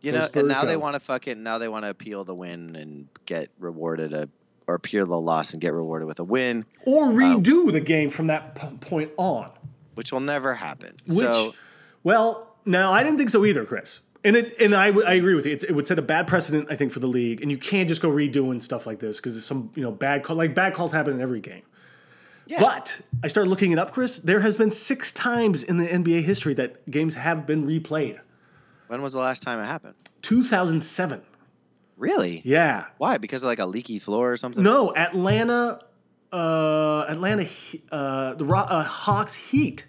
Speaker 1: You
Speaker 2: Go
Speaker 1: know,
Speaker 2: Spurs,
Speaker 1: and now they
Speaker 2: go.
Speaker 1: want to fucking now they want to appeal the win and get rewarded a or appeal the loss and get rewarded with a win,
Speaker 2: or redo the game from that p- point on.
Speaker 1: which will never happen.
Speaker 2: Which,
Speaker 1: so
Speaker 2: well, now I didn't think so either, Chris. And it, and I, w- I agree with you. It's, it would set a bad precedent, I think, for the league. And you can't just go redoing stuff like this because some you know bad call like bad calls happen in every game.
Speaker 1: yeah,
Speaker 2: But I started looking it up, Chris. There has been six times in the NBA history that games have been replayed.
Speaker 1: when was the last time it happened?
Speaker 2: 2007.
Speaker 1: Really?
Speaker 2: Yeah.
Speaker 1: Why? Because of like a leaky floor or something?
Speaker 2: No, Atlanta, uh, Atlanta, He- uh, the Ro- uh, Hawks Heat.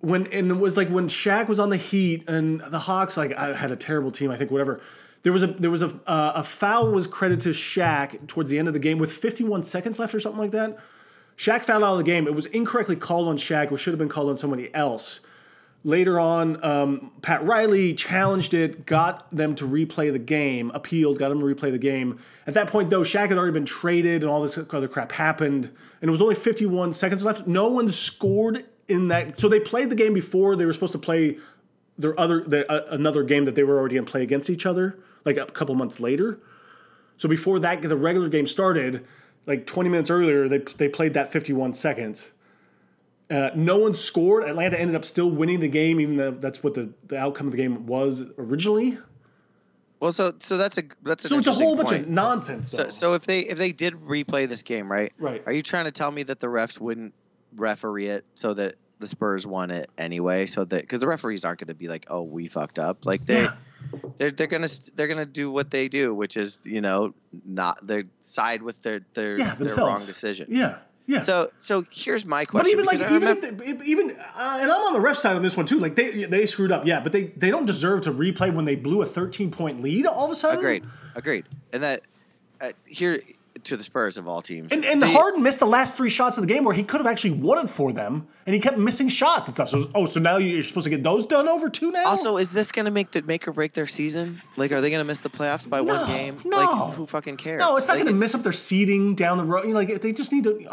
Speaker 2: When and it was like when Shaq was on the Heat and the Hawks like I had a terrible team. I think whatever. There was a there was a uh, a foul was credited to Shaq towards the end of the game with 51 seconds left or something like that. Shaq fouled out of the game. It was incorrectly called on Shaq, which should have been called on somebody else. Later on, um, Pat Riley challenged it, got them to replay the game, appealed, got them to replay the game. At that point, though, Shaq had already been traded and all this other crap happened, and it was only 51 seconds left. No one scored in that. So they played the game before they were supposed to play their other their, uh, another game that they were already going to play against each other, like a couple months later. So before that, the regular game started, like 20 minutes earlier, they they played that 51 seconds. Uh, no one scored. Atlanta ended up still winning the game, even though that's what the, the outcome of the game was originally.
Speaker 1: Well, so so that's a that's an
Speaker 2: So it's a
Speaker 1: interesting
Speaker 2: whole bunch
Speaker 1: point.
Speaker 2: of nonsense. Though.
Speaker 1: So, so if they if they did replay this game, right?
Speaker 2: Right.
Speaker 1: Are you trying to tell me that the refs wouldn't referee it so that the Spurs won it anyway? So that because the referees aren't going to be like, oh, we fucked up. Like they,
Speaker 2: Yeah.
Speaker 1: they're they're gonna st- they're gonna do what they do, which is you know not they side with their their,
Speaker 2: Yeah,
Speaker 1: their wrong
Speaker 2: themselves.
Speaker 1: decision.
Speaker 2: yeah, yeah.
Speaker 1: So so here's my question.
Speaker 2: but even like
Speaker 1: because I
Speaker 2: even
Speaker 1: remember-
Speaker 2: if they, even uh, and I'm on the ref side on this one too. Like they they screwed up, yeah. But they they don't deserve to replay when they blew a 13 point lead all of a sudden.
Speaker 1: agreed agreed, and that uh, here to the Spurs of all teams
Speaker 2: And, and
Speaker 1: they-
Speaker 2: Harden missed the last three shots of the game where he could have actually won it for them, and he kept missing shots and stuff. So oh, so now you're supposed to get those done over too now.
Speaker 1: Also, is this going to make the make or break their season? Like, are they going to miss the playoffs by
Speaker 2: No,
Speaker 1: one game?
Speaker 2: no.
Speaker 1: Like, who fucking cares?
Speaker 2: No, it's not
Speaker 1: Like,
Speaker 2: going to mess up their seeding down the road. You know, like they just need to.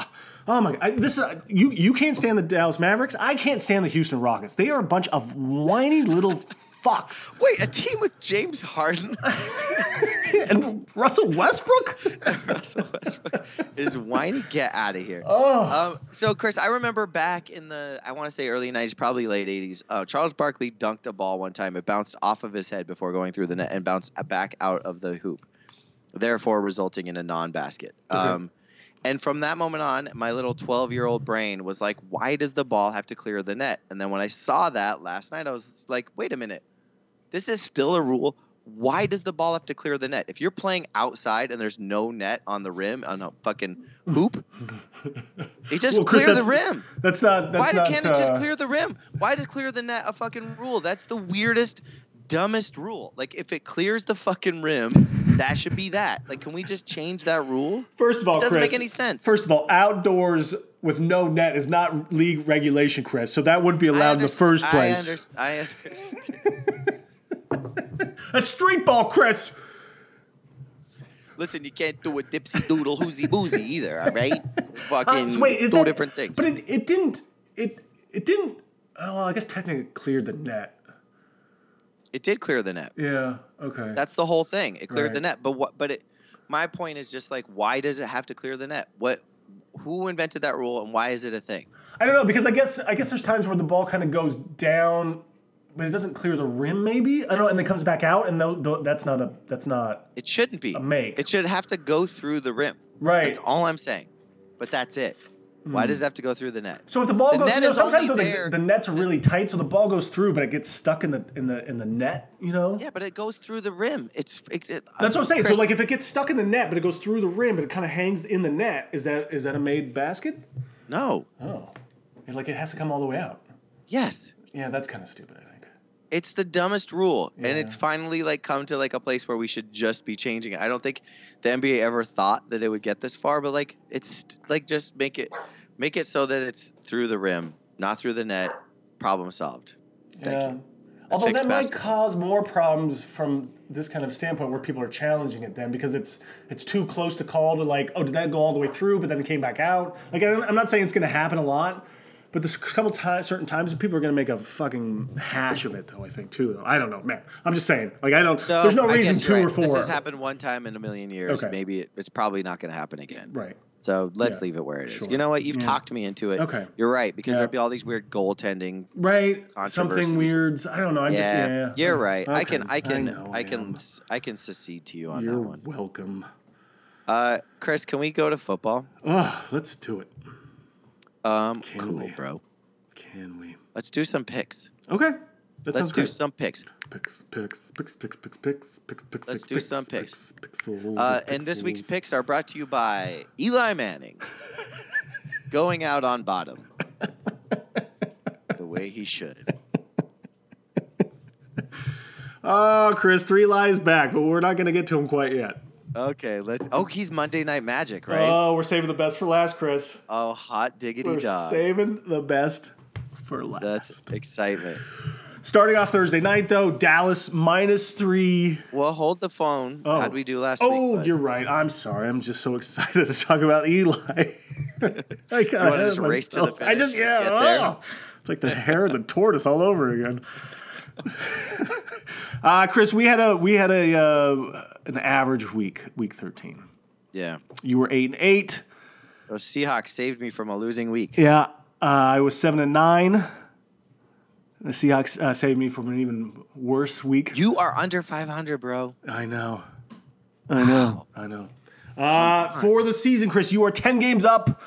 Speaker 2: Oh my! I, this is you. You can't stand the Dallas Mavericks. I can't stand the Houston Rockets. They are a bunch of whiny little fucks.
Speaker 1: Wait, a team with James Harden
Speaker 2: And Russell Westbrook.
Speaker 1: and Russell Westbrook is whiny. Get out of here. Oh. Um, so, Chris, I remember back in the, I want to say early 90s, probably late 80s, uh, Charles Barkley dunked a ball one time. It bounced off of his head before going through the net and bounced uh, back out of the hoop, therefore resulting in a non basket. Um, and from that moment on, my little 12 year old brain was like, why does the ball have to clear the net? And then when I saw that last night, I was like, wait a minute. This is still a rule. Why does the ball have to clear the net? If you're playing outside and there's no net on the rim, on a fucking hoop, they just
Speaker 2: Well, Chris,
Speaker 1: clear the
Speaker 2: that's-
Speaker 1: rim.
Speaker 2: That's not. That's
Speaker 1: Why
Speaker 2: not,
Speaker 1: can't it just
Speaker 2: uh,
Speaker 1: clear the rim? Why does clear the net a fucking rule? That's the weirdest, dumbest rule. Like, if it clears the fucking rim, that should be that. Like, can we just change that rule?
Speaker 2: First of all,
Speaker 1: It doesn't
Speaker 2: Chris,
Speaker 1: make any sense.
Speaker 2: First of all, outdoors with no net is not league regulation, Chris. So that wouldn't be
Speaker 1: I
Speaker 2: allowed in the
Speaker 1: underst-
Speaker 2: first
Speaker 1: I
Speaker 2: place.
Speaker 1: underst- I understand.
Speaker 2: That's street ball, Chris.
Speaker 1: Listen, you can't do a dipsy doodle hoozy boozy either, all right?
Speaker 2: Uh,
Speaker 1: Fucking
Speaker 2: so wait, is
Speaker 1: two
Speaker 2: that,
Speaker 1: different things.
Speaker 2: But it, it didn't. It it didn't. Oh, well, I guess technically it cleared the net.
Speaker 1: it did clear the net.
Speaker 2: Yeah. Okay.
Speaker 1: That's the whole thing. It cleared the
Speaker 2: Right.
Speaker 1: net, but what? But it. My point is just like, why does it have to clear the net? What? Who invented that rule, and why is it a thing?
Speaker 2: I don't know because I guess I guess there's times where the ball kind of goes down, but it doesn't clear the rim. Maybe I don't know, and then comes back out, and tho- tho- that's not a that's not
Speaker 1: It shouldn't be.
Speaker 2: make.
Speaker 1: It should have to go through the rim.
Speaker 2: right.
Speaker 1: That's all I'm saying. But that's it. Why does it have to go through the net?
Speaker 2: Hmm. So if the ball
Speaker 1: The
Speaker 2: goes,
Speaker 1: net
Speaker 2: you know,
Speaker 1: is only
Speaker 2: sometimes the,
Speaker 1: there-
Speaker 2: the nets are really tight, so the ball goes through, but it gets stuck in the in the in the net. You know.
Speaker 1: Yeah, but it goes through the rim. It's. It, it-
Speaker 2: That's what I'm saying.
Speaker 1: Chris,
Speaker 2: So like, if it gets stuck in the net, but it goes through the rim, but it kind of hangs in the net, is that is that a made basket?
Speaker 1: no.
Speaker 2: Oh, It- like it has to come all the way out.
Speaker 1: Yes.
Speaker 2: Yeah, that's kind of stupid. I think.
Speaker 1: it's the dumbest rule and it's
Speaker 2: Yeah.
Speaker 1: finally like come to like a place where we should just be changing it i don't think the nba ever thought that it would get this far but like it's like just make it make it so that it's through the rim not through the net problem solved Thank
Speaker 2: yeah.
Speaker 1: you.
Speaker 2: Although
Speaker 1: fixed
Speaker 2: that might
Speaker 1: basket.
Speaker 2: cause more problems from this kind of standpoint where people are challenging it then because it's it's too close to call to like oh did that go all the way through but then it came back out like I- I'm not saying it's going to happen a lot but there's a couple times certain times people are going to make a fucking hash of it though I think too though I don't know man I'm just saying like I don't
Speaker 1: so
Speaker 2: there's no
Speaker 1: I
Speaker 2: reason
Speaker 1: guess
Speaker 2: two
Speaker 1: you're
Speaker 2: or
Speaker 1: right.
Speaker 2: four
Speaker 1: this has happened one time in a million years
Speaker 2: Okay.
Speaker 1: maybe it, it's probably not going to happen again
Speaker 2: right
Speaker 1: so let's
Speaker 2: Yeah.
Speaker 1: leave it where it is
Speaker 2: Sure.
Speaker 1: you know what you've
Speaker 2: Yeah.
Speaker 1: talked me into it
Speaker 2: Okay.
Speaker 1: you're right because
Speaker 2: Yeah.
Speaker 1: there'd be all these weird goaltending
Speaker 2: right
Speaker 1: Controversies.
Speaker 2: something weird I don't know I
Speaker 1: yeah,
Speaker 2: just yeah
Speaker 1: you're right. I can,
Speaker 2: Okay.
Speaker 1: I can, I,
Speaker 2: know
Speaker 1: can,
Speaker 2: am.
Speaker 1: s- I can secede to you on
Speaker 2: you're
Speaker 1: that one.
Speaker 2: welcome
Speaker 1: Uh, Chris, can we go to football?
Speaker 2: oh let's do it
Speaker 1: Um,
Speaker 2: Can
Speaker 1: cool,
Speaker 2: we?
Speaker 1: bro.
Speaker 2: Can we?
Speaker 1: Let's do some picks.
Speaker 2: Okay. That
Speaker 1: Let's
Speaker 2: sounds
Speaker 1: do
Speaker 2: great.
Speaker 1: some picks.
Speaker 2: Picks, picks, picks, picks, picks, picks, picks,
Speaker 1: Let's
Speaker 2: picks. picks,
Speaker 1: do
Speaker 2: picks,
Speaker 1: some
Speaker 2: pixels,
Speaker 1: Uh, and this week's
Speaker 2: pixels.
Speaker 1: picks are brought to you by Eli Manning, going out on bottom, the way he should.
Speaker 2: Oh, Chris, three lies back, but we're not going to get to him quite yet.
Speaker 1: Okay, let's. Oh, he's Monday Night Magic, right?
Speaker 2: Oh, we're saving the best for last, Chris.
Speaker 1: oh, hot diggity
Speaker 2: We're
Speaker 1: dog.
Speaker 2: saving the best for last.
Speaker 1: That's excitement.
Speaker 2: Starting off Thursday night, though, Dallas minus three.
Speaker 1: Well, hold the phone.
Speaker 2: Oh.
Speaker 1: How'd we do last
Speaker 2: Oh,
Speaker 1: week? bud?
Speaker 2: you're right. I'm sorry. I'm just so excited to talk about Eli. I
Speaker 1: wanna just
Speaker 2: got ahead of
Speaker 1: race to the
Speaker 2: myself. I
Speaker 1: finish
Speaker 2: just
Speaker 1: and
Speaker 2: yeah.
Speaker 1: get there?
Speaker 2: oh. It's like the hare and the tortoise all over again. uh, Chris, we had a we had a uh, an average week, week 13.
Speaker 1: Yeah.
Speaker 2: You were eight and eight.
Speaker 1: Those Seahawks saved me from a losing week.
Speaker 2: Yeah, uh, I was seven and nine. The Seahawks uh, saved me from an even worse week.
Speaker 1: You are under 500, bro.
Speaker 2: I know. I know. I know. Uh, for the season, Chris, you are 10 games up,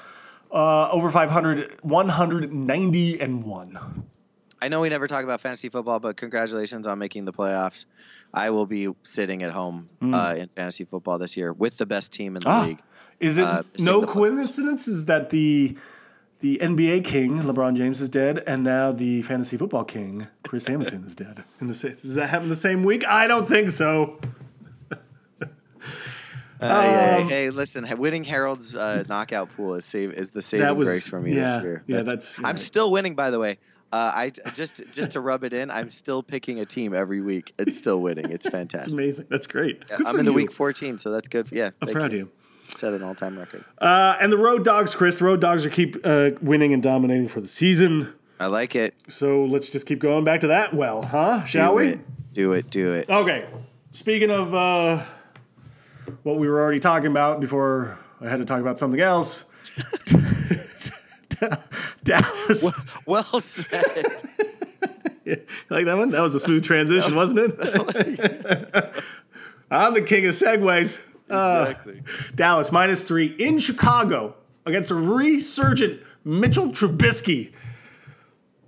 Speaker 2: uh, over 500, 190 and 1.
Speaker 1: I know we never talk about fantasy football, but congratulations on making the playoffs. I will be sitting at home uh, in fantasy football this year with the best team in the
Speaker 2: Hmm. Ah,
Speaker 1: league.
Speaker 2: is it
Speaker 1: Uh, missing
Speaker 2: no
Speaker 1: the playoffs.
Speaker 2: coincidence is that the the NBA king, LeBron James, is dead, and now the fantasy football king, Chris Hamilton, is dead. In the, sa- does that happen the same week? I don't think so.
Speaker 1: Uh, yeah,
Speaker 2: Um,
Speaker 1: hey, listen, winning Harold's uh, knockout pool is save is the saving
Speaker 2: That was-
Speaker 1: grace for me
Speaker 2: yeah,
Speaker 1: this year.
Speaker 2: yeah, that's- yeah.
Speaker 1: I'm still winning, by the way. Uh, I just just to rub it in, I'm still picking a team every week. It's still winning. It's
Speaker 2: It's
Speaker 1: fantastic.
Speaker 2: amazing. That's great.
Speaker 1: Yeah,
Speaker 2: Good
Speaker 1: I'm
Speaker 2: for
Speaker 1: into
Speaker 2: you.
Speaker 1: week 14, so that's good. For, yeah,
Speaker 2: I'm
Speaker 1: thank
Speaker 2: proud of you.
Speaker 1: Set an all-time record.
Speaker 2: Uh, and the Road Dogs, Chris. The Road Dogs are keep uh, winning and dominating for the season.
Speaker 1: I like it.
Speaker 2: So let's just keep going back to that well, huh? Shall
Speaker 1: do
Speaker 2: we?
Speaker 1: It. Do it. Do it.
Speaker 2: Okay. Speaking of uh, what we were already talking about before I had to talk about something else. Dallas.
Speaker 1: Well said.
Speaker 2: You like that one? That was a smooth transition, wasn't it? I'm the king of segues.
Speaker 1: exactly.
Speaker 2: Dallas minus three in Chicago against a resurgent Mitchell Trubisky.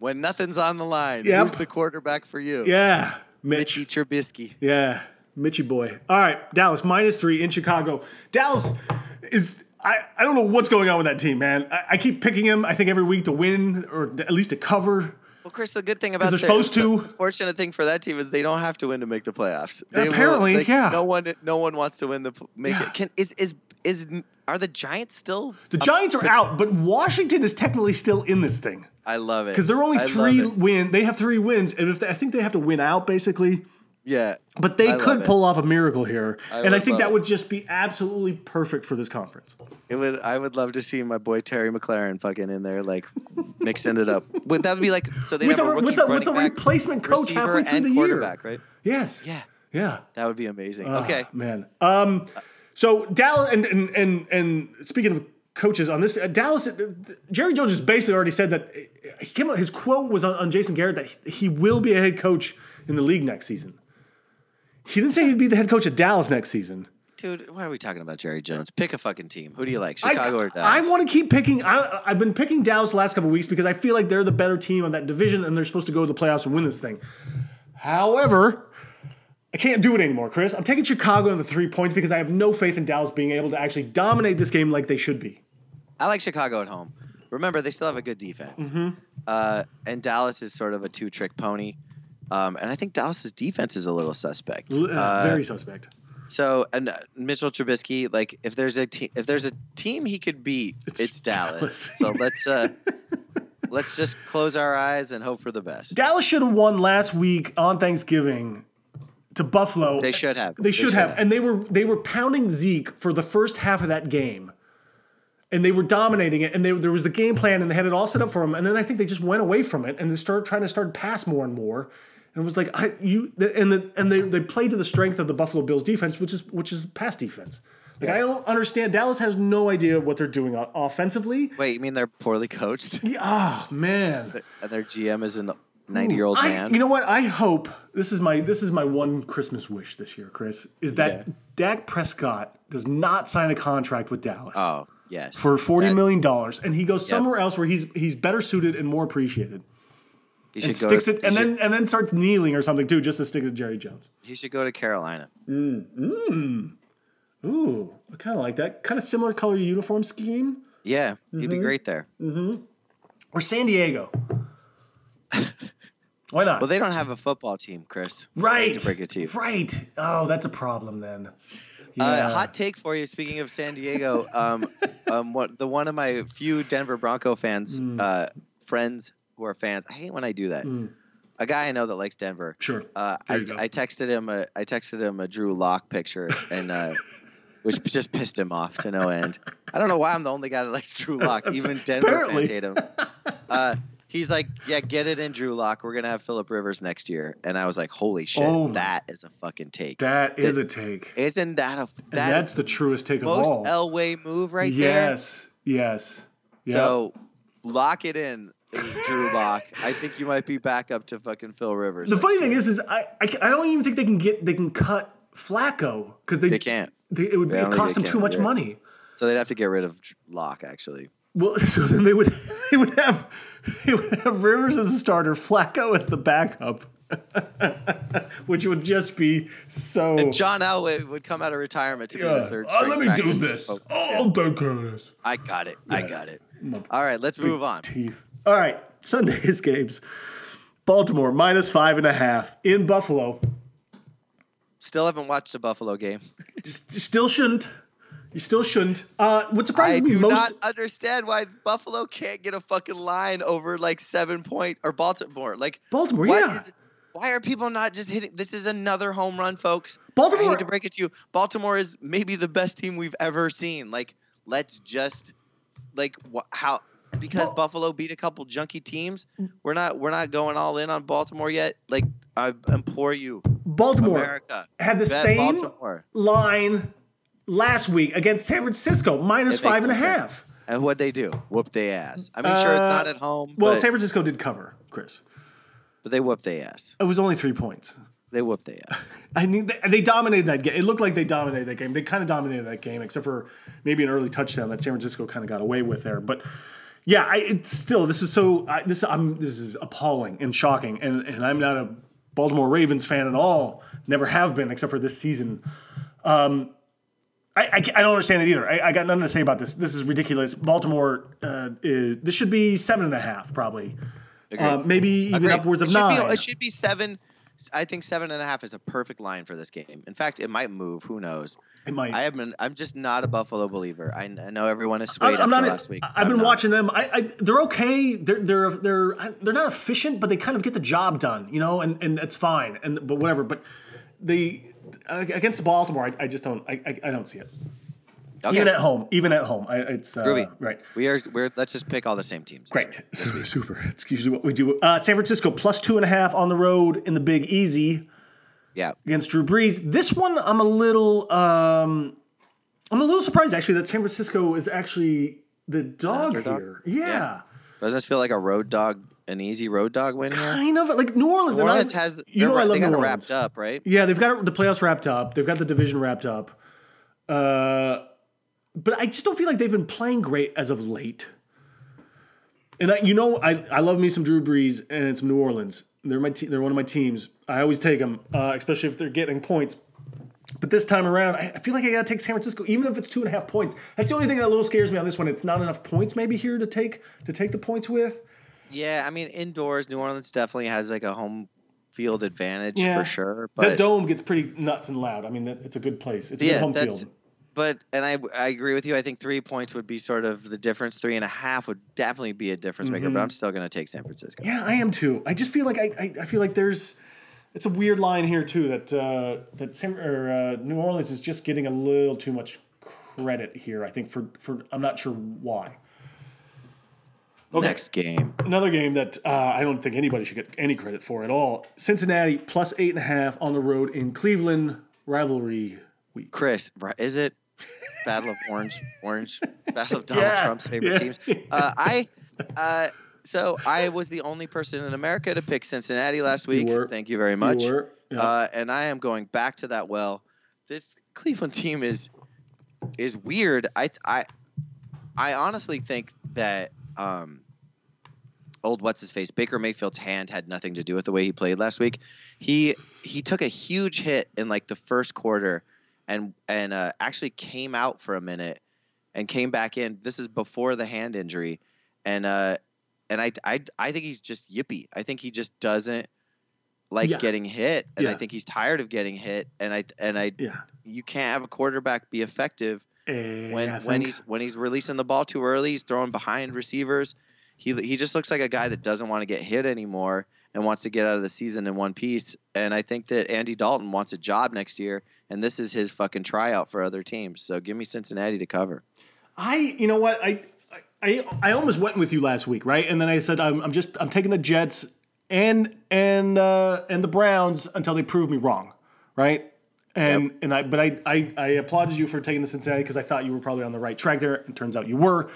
Speaker 1: When nothing's on the line,
Speaker 2: Yep.
Speaker 1: who's the quarterback for you?
Speaker 2: Yeah, Mitch.
Speaker 1: Mitchie Trubisky.
Speaker 2: Yeah, Mitchy boy. All right, Dallas minus three in Chicago. Dallas is. I, I don't know what's going on with that team, man. I, I keep picking him. I think every week to win or at least to cover.
Speaker 1: Well, Chris, the good thing about their-
Speaker 2: they're supposed to.
Speaker 1: The fortunate thing for that team is they don't have to win to make the playoffs. They will-
Speaker 2: Apparently,
Speaker 1: they-
Speaker 2: yeah.
Speaker 1: No one, no one wants to win the p- make
Speaker 2: Yeah.
Speaker 1: it. Can is is is are the Giants still?
Speaker 2: The Giants are out, but Washington is technically still in this thing
Speaker 1: I love it
Speaker 2: because they're only
Speaker 1: I love
Speaker 2: three
Speaker 1: it.
Speaker 2: win. They have three wins, and if they, I think they have to win out basically.
Speaker 1: Yeah,
Speaker 2: But they
Speaker 1: I love
Speaker 2: could
Speaker 1: it.
Speaker 2: pull off a miracle here, and I
Speaker 1: would
Speaker 2: think
Speaker 1: love
Speaker 2: that
Speaker 1: it.
Speaker 2: would just be absolutely perfect for this conference.
Speaker 1: It would. I would love to see my boy Terry McLaren fucking in there, like mixing it up. Would that be like so they
Speaker 2: With
Speaker 1: have
Speaker 2: a-
Speaker 1: a rookie
Speaker 2: with a- with
Speaker 1: running
Speaker 2: a
Speaker 1: back,
Speaker 2: replacement coach
Speaker 1: receiver,
Speaker 2: halfway through
Speaker 1: and
Speaker 2: the year.
Speaker 1: quarterback, right?
Speaker 2: Yes.
Speaker 1: Yeah,
Speaker 2: Yeah.
Speaker 1: that would be amazing. okay,
Speaker 2: Ah, man. Um, so Dallas and and and and speaking of coaches on this, uh, Dallas, uh, Jerry Jones has basically already said that uh, he came out. His quote was on, on Jason Garrett that he, he will be a head coach in the league next season. He didn't say he'd be the head coach at Dallas next season.
Speaker 1: dude, why are we talking about Jerry Jones? Pick a fucking team. Who do you like,
Speaker 2: I-
Speaker 1: Chicago or
Speaker 2: I
Speaker 1: Dallas?
Speaker 2: want to keep picking. I, I've been picking Dallas the last couple of weeks because I feel like they're the better team on that division and they're supposed to go to the playoffs and win this thing. However, I can't do it anymore, Chris. I'm taking Chicago in the three points because I have no faith in Dallas being able to actually dominate this game like they should be.
Speaker 1: I like Chicago at home. Remember, they still have a good defense,
Speaker 2: Mm-hmm.
Speaker 1: uh, and Dallas is sort of a two-trick pony. Um, and I think Dallas's defense is a little suspect.
Speaker 2: L- uh,
Speaker 1: Uh,
Speaker 2: very suspect.
Speaker 1: So, and uh, Mitchell Trubisky, like if there's a te- if there's a team he could beat, it's,
Speaker 2: Dallas.
Speaker 1: Dallas. so let's uh let's just close our eyes and hope for the best.
Speaker 2: Dallas should have won last week on Thanksgiving to Buffalo.
Speaker 1: They should have.
Speaker 2: They should have. And they were they were pounding Zeke for the first half of that game. And they were dominating it, and they, there was the game plan, and they had it all set up for them. And then I think they just went away from it, and they started trying to start to pass more and more. And it was like I, you, and the, and they, they played to the strength of the Buffalo Bills defense, which is which is pass defense. Like I don't understand. Dallas has no idea what they're doing o- offensively.
Speaker 1: Wait, you mean they're poorly coached
Speaker 2: Yeah, Oh man,
Speaker 1: and their GM is a 90 year old
Speaker 2: I-
Speaker 1: man?
Speaker 2: You know what? I hope this is my this is my one Christmas wish this year, Chris, is that
Speaker 1: Yeah.
Speaker 2: Dak Prescott does not sign a contract with Dallas
Speaker 1: oh, yes.
Speaker 2: for forty
Speaker 1: That-
Speaker 2: million dollars, and he goes somewhere else where he's he's better suited and more appreciated,
Speaker 1: he
Speaker 2: and
Speaker 1: should go
Speaker 2: sticks
Speaker 1: to-
Speaker 2: it,
Speaker 1: he
Speaker 2: and
Speaker 1: should-
Speaker 2: then and then starts kneeling or something too, just to stick it to Jerry Jones.
Speaker 1: he should go to Carolina.
Speaker 2: Ooh, I kind of like that. Kind of similar color uniform scheme,
Speaker 1: Yeah,
Speaker 2: Mm-hmm.
Speaker 1: he'd be great there.
Speaker 2: or San Diego. Why not?
Speaker 1: Well, they don't have a football team, Chris. Uh, I hate
Speaker 2: right.
Speaker 1: To break it to you.
Speaker 2: Right. Oh, that's a problem then. Yeah.
Speaker 1: Uh, hot take for you. Speaking of San Diego, um, um, what the one of my few Denver Bronco fans,
Speaker 2: Mm.
Speaker 1: uh, friends who are fans. I hate when I do that.
Speaker 2: Mm.
Speaker 1: A guy I know that likes Denver.
Speaker 2: Sure.
Speaker 1: Uh, I,
Speaker 2: There you go.
Speaker 1: I texted him a I texted him a Drew Lock picture and uh, which just pissed him off to no end. I don't know why I'm the only guy that likes Drew Lock. Even Denver
Speaker 2: Apparently.
Speaker 1: fans hate him. Uh, he's like, yeah, get it in Drew Lock. We're gonna have Philip Rivers next year. And I was like, holy shit,
Speaker 2: Oh my-
Speaker 1: that is a fucking take.
Speaker 2: That is a take.
Speaker 1: Isn't that a
Speaker 2: And
Speaker 1: that
Speaker 2: that's
Speaker 1: is
Speaker 2: the truest take of
Speaker 1: most
Speaker 2: all.
Speaker 1: Elway move right there?
Speaker 2: yes. Yes. Yeah.
Speaker 1: So lock it in, Drew Lock. I think you might be back up to fucking Phil Rivers.
Speaker 2: the
Speaker 1: next
Speaker 2: funny
Speaker 1: year.
Speaker 2: thing is, is I, I, I don't even think they can get they can cut Flacco because they,
Speaker 1: they can't.
Speaker 2: they- it would
Speaker 1: They
Speaker 2: it
Speaker 1: don't think
Speaker 2: cost
Speaker 1: they
Speaker 2: them too
Speaker 1: can,
Speaker 2: much
Speaker 1: yeah.
Speaker 2: money.
Speaker 1: So they'd have to get rid of Locke, actually.
Speaker 2: Well, so then they would they would have they would have Rivers as a starter, Flacco as the backup, which would just be so.
Speaker 1: John Elway would come out of retirement to be
Speaker 2: Yeah.
Speaker 1: the third.
Speaker 2: Oh,
Speaker 1: string
Speaker 2: let me do
Speaker 1: practice
Speaker 2: this.
Speaker 1: team.
Speaker 2: Oh,
Speaker 1: Oh, yeah.
Speaker 2: I'll take care of this.
Speaker 1: I got it. I
Speaker 2: Yeah.
Speaker 1: got it.
Speaker 2: My
Speaker 1: All right, let's move on.
Speaker 2: teeth. All right, Sunday's games. Baltimore minus five and a half in Buffalo.
Speaker 1: Still haven't watched the Buffalo game.
Speaker 2: S- Still shouldn't. You still shouldn't. Uh,
Speaker 1: I
Speaker 2: what surprises me
Speaker 1: do
Speaker 2: most.
Speaker 1: not understand why Buffalo can't get a fucking line over like seven point or Baltimore. Like
Speaker 2: Baltimore,
Speaker 1: why
Speaker 2: yeah.
Speaker 1: is- why are people not just hitting? This is another home run, folks. I
Speaker 2: Baltimore-
Speaker 1: hate to break it to you. Baltimore is maybe the best team we've ever seen. Like, let's just like wha how because
Speaker 2: Well- Mm.
Speaker 1: Buffalo beat a couple junky teams. We're not we're not going all in on Baltimore yet. Like, I implore you,
Speaker 2: Baltimore
Speaker 1: America,
Speaker 2: had the
Speaker 1: bet
Speaker 2: same
Speaker 1: Baltimore.
Speaker 2: line last week against San Francisco, minus
Speaker 1: It makes
Speaker 2: five and a
Speaker 1: no sense.
Speaker 2: half.
Speaker 1: And what they do? Whoop they ass. I mean, sure, it's
Speaker 2: Uh,
Speaker 1: not at home,
Speaker 2: Well,
Speaker 1: but,
Speaker 2: San Francisco did cover, Chris.
Speaker 1: but they whoop they ass.
Speaker 2: It was only three points.
Speaker 1: They whoop they ass.
Speaker 2: I mean, they, they dominated that game. It looked like they dominated that game. They kind of dominated that game, except for maybe an early touchdown that San Francisco kind of got away with there. But yeah, I, it's still this is so I, this I'm this is appalling and shocking, and and I'm not a Baltimore Ravens fan at all. Never have been, except for this season. Um, I, I, ca- I don't understand it either. I, I got nothing to say about this. This is ridiculous. Baltimore, uh, is, this should be seven and a half, probably.
Speaker 1: Agreed.
Speaker 2: Uh, maybe even
Speaker 1: Agreed.
Speaker 2: upwards of
Speaker 1: it should be-
Speaker 2: nine.
Speaker 1: it should be seven. I think seven and a half is a perfect line for this game. In fact, it might move. Who knows?
Speaker 2: It might.
Speaker 1: I have been. I'm just not a Buffalo believer. I, I know everyone is swayed
Speaker 2: I'm, I'm
Speaker 1: after
Speaker 2: not.
Speaker 1: last week.
Speaker 2: I- I've
Speaker 1: I'm
Speaker 2: been
Speaker 1: not.
Speaker 2: watching them. I, I they're okay. They're they're they're they're not efficient, but they kind of get the job done, you know, and and that's fine. And but whatever. But they against Baltimore, I, I just don't. I, I I don't see it.
Speaker 1: Okay.
Speaker 2: Even at home, even at home, I, it's uh,
Speaker 1: Groovy.
Speaker 2: right.
Speaker 1: We are. We're. Let's just pick all the same teams.
Speaker 2: Great. So, super. It's usually what we do. Uh, San Francisco plus two and a half on the road in the Big Easy
Speaker 1: Yeah.
Speaker 2: against Drew Brees. This one, I'm a little, um, I'm a little surprised actually that San Francisco is actually the dog
Speaker 1: underdog?
Speaker 2: here. yeah.
Speaker 1: Yeah. Doesn't this feel like a road dog? An easy road dog win here.
Speaker 2: Kind of like New Orleans.
Speaker 1: New
Speaker 2: and I-
Speaker 1: Orleans has.
Speaker 2: you know
Speaker 1: they're-
Speaker 2: I love
Speaker 1: they
Speaker 2: New
Speaker 1: got it
Speaker 2: Orleans.
Speaker 1: wrapped up, right?
Speaker 2: Yeah, they've got the playoffs wrapped up. They've got the division wrapped up. Uh, but I just don't feel like they've been playing great as of late. And I, you know, I, I love me some Drew Brees and some New Orleans. They're my te- they're one of my teams. I always take them, uh, especially if they're getting points. But this time around, I I feel like I gotta take San Francisco, even if it's two and a half points. That's the only thing that a little scares me on this one. It's not enough points maybe here to take to take the points with.
Speaker 1: Yeah. I mean, indoors, New Orleans definitely has like a home field advantage
Speaker 2: Yeah.
Speaker 1: for sure.
Speaker 2: that
Speaker 1: But
Speaker 2: dome gets pretty nuts and loud. I mean, that, it's a good place. It's a good
Speaker 1: yeah,
Speaker 2: home
Speaker 1: that's.
Speaker 2: field.
Speaker 1: But and I I agree with you. I think three points would be sort of the difference. Three and a half would definitely be a difference maker.
Speaker 2: Mm-hmm.
Speaker 1: But I'm still going to take San Francisco.
Speaker 2: Yeah, I am too. I just feel like I, I, I feel like there's it's a weird line here too that uh, that Sam, or, uh, New Orleans is just getting a little too much credit here. I think for for I'm not sure why. Okay.
Speaker 1: Next game.
Speaker 2: Another game that uh, I don't think anybody should get any credit for at all. Cincinnati plus eight and a half on the road in Cleveland rivalry week.
Speaker 1: Chris, br- is it Battle of Orange? Orange Battle of Donald
Speaker 2: Yeah,
Speaker 1: Trump's favorite
Speaker 2: yeah.
Speaker 1: teams. Uh, I, uh, so I was the only person in America to pick Cincinnati last week.
Speaker 2: were.
Speaker 1: Thank you very much.
Speaker 2: You were- yeah.
Speaker 1: Uh, and I am going back to that well. This Cleveland team is is weird. I th- I I honestly think that um, old what's his face Baker Mayfield's hand had nothing to do with the way he played last week. He he took a huge hit in like the first quarter, and and uh, actually came out for a minute and came back in. This is before the hand injury, and uh, and I I I think he's just yippy. I think he just doesn't like
Speaker 2: Yeah.
Speaker 1: getting hit, and I
Speaker 2: Yeah.
Speaker 1: think he's tired of getting hit. And I and I
Speaker 2: Yeah.
Speaker 1: you can't have a quarterback be effective
Speaker 2: And
Speaker 1: when
Speaker 2: I
Speaker 1: when
Speaker 2: think-
Speaker 1: he's when he's releasing the ball too early. He's throwing behind receivers. He he just looks like a guy that doesn't want to get hit anymore and wants to get out of the season in one piece. And I think that Andy Dalton wants a job next year, and this is his fucking tryout for other teams. So give me Cincinnati to cover.
Speaker 2: I, you know what, I, I, I almost went with you last week, right? And then I said I'm, I'm just I'm taking the Jets and and uh, and the Browns until they prove me wrong, right? And and I but I, I I applauded you for taking the Cincinnati because I thought you were probably on the right track there. It turns out you were.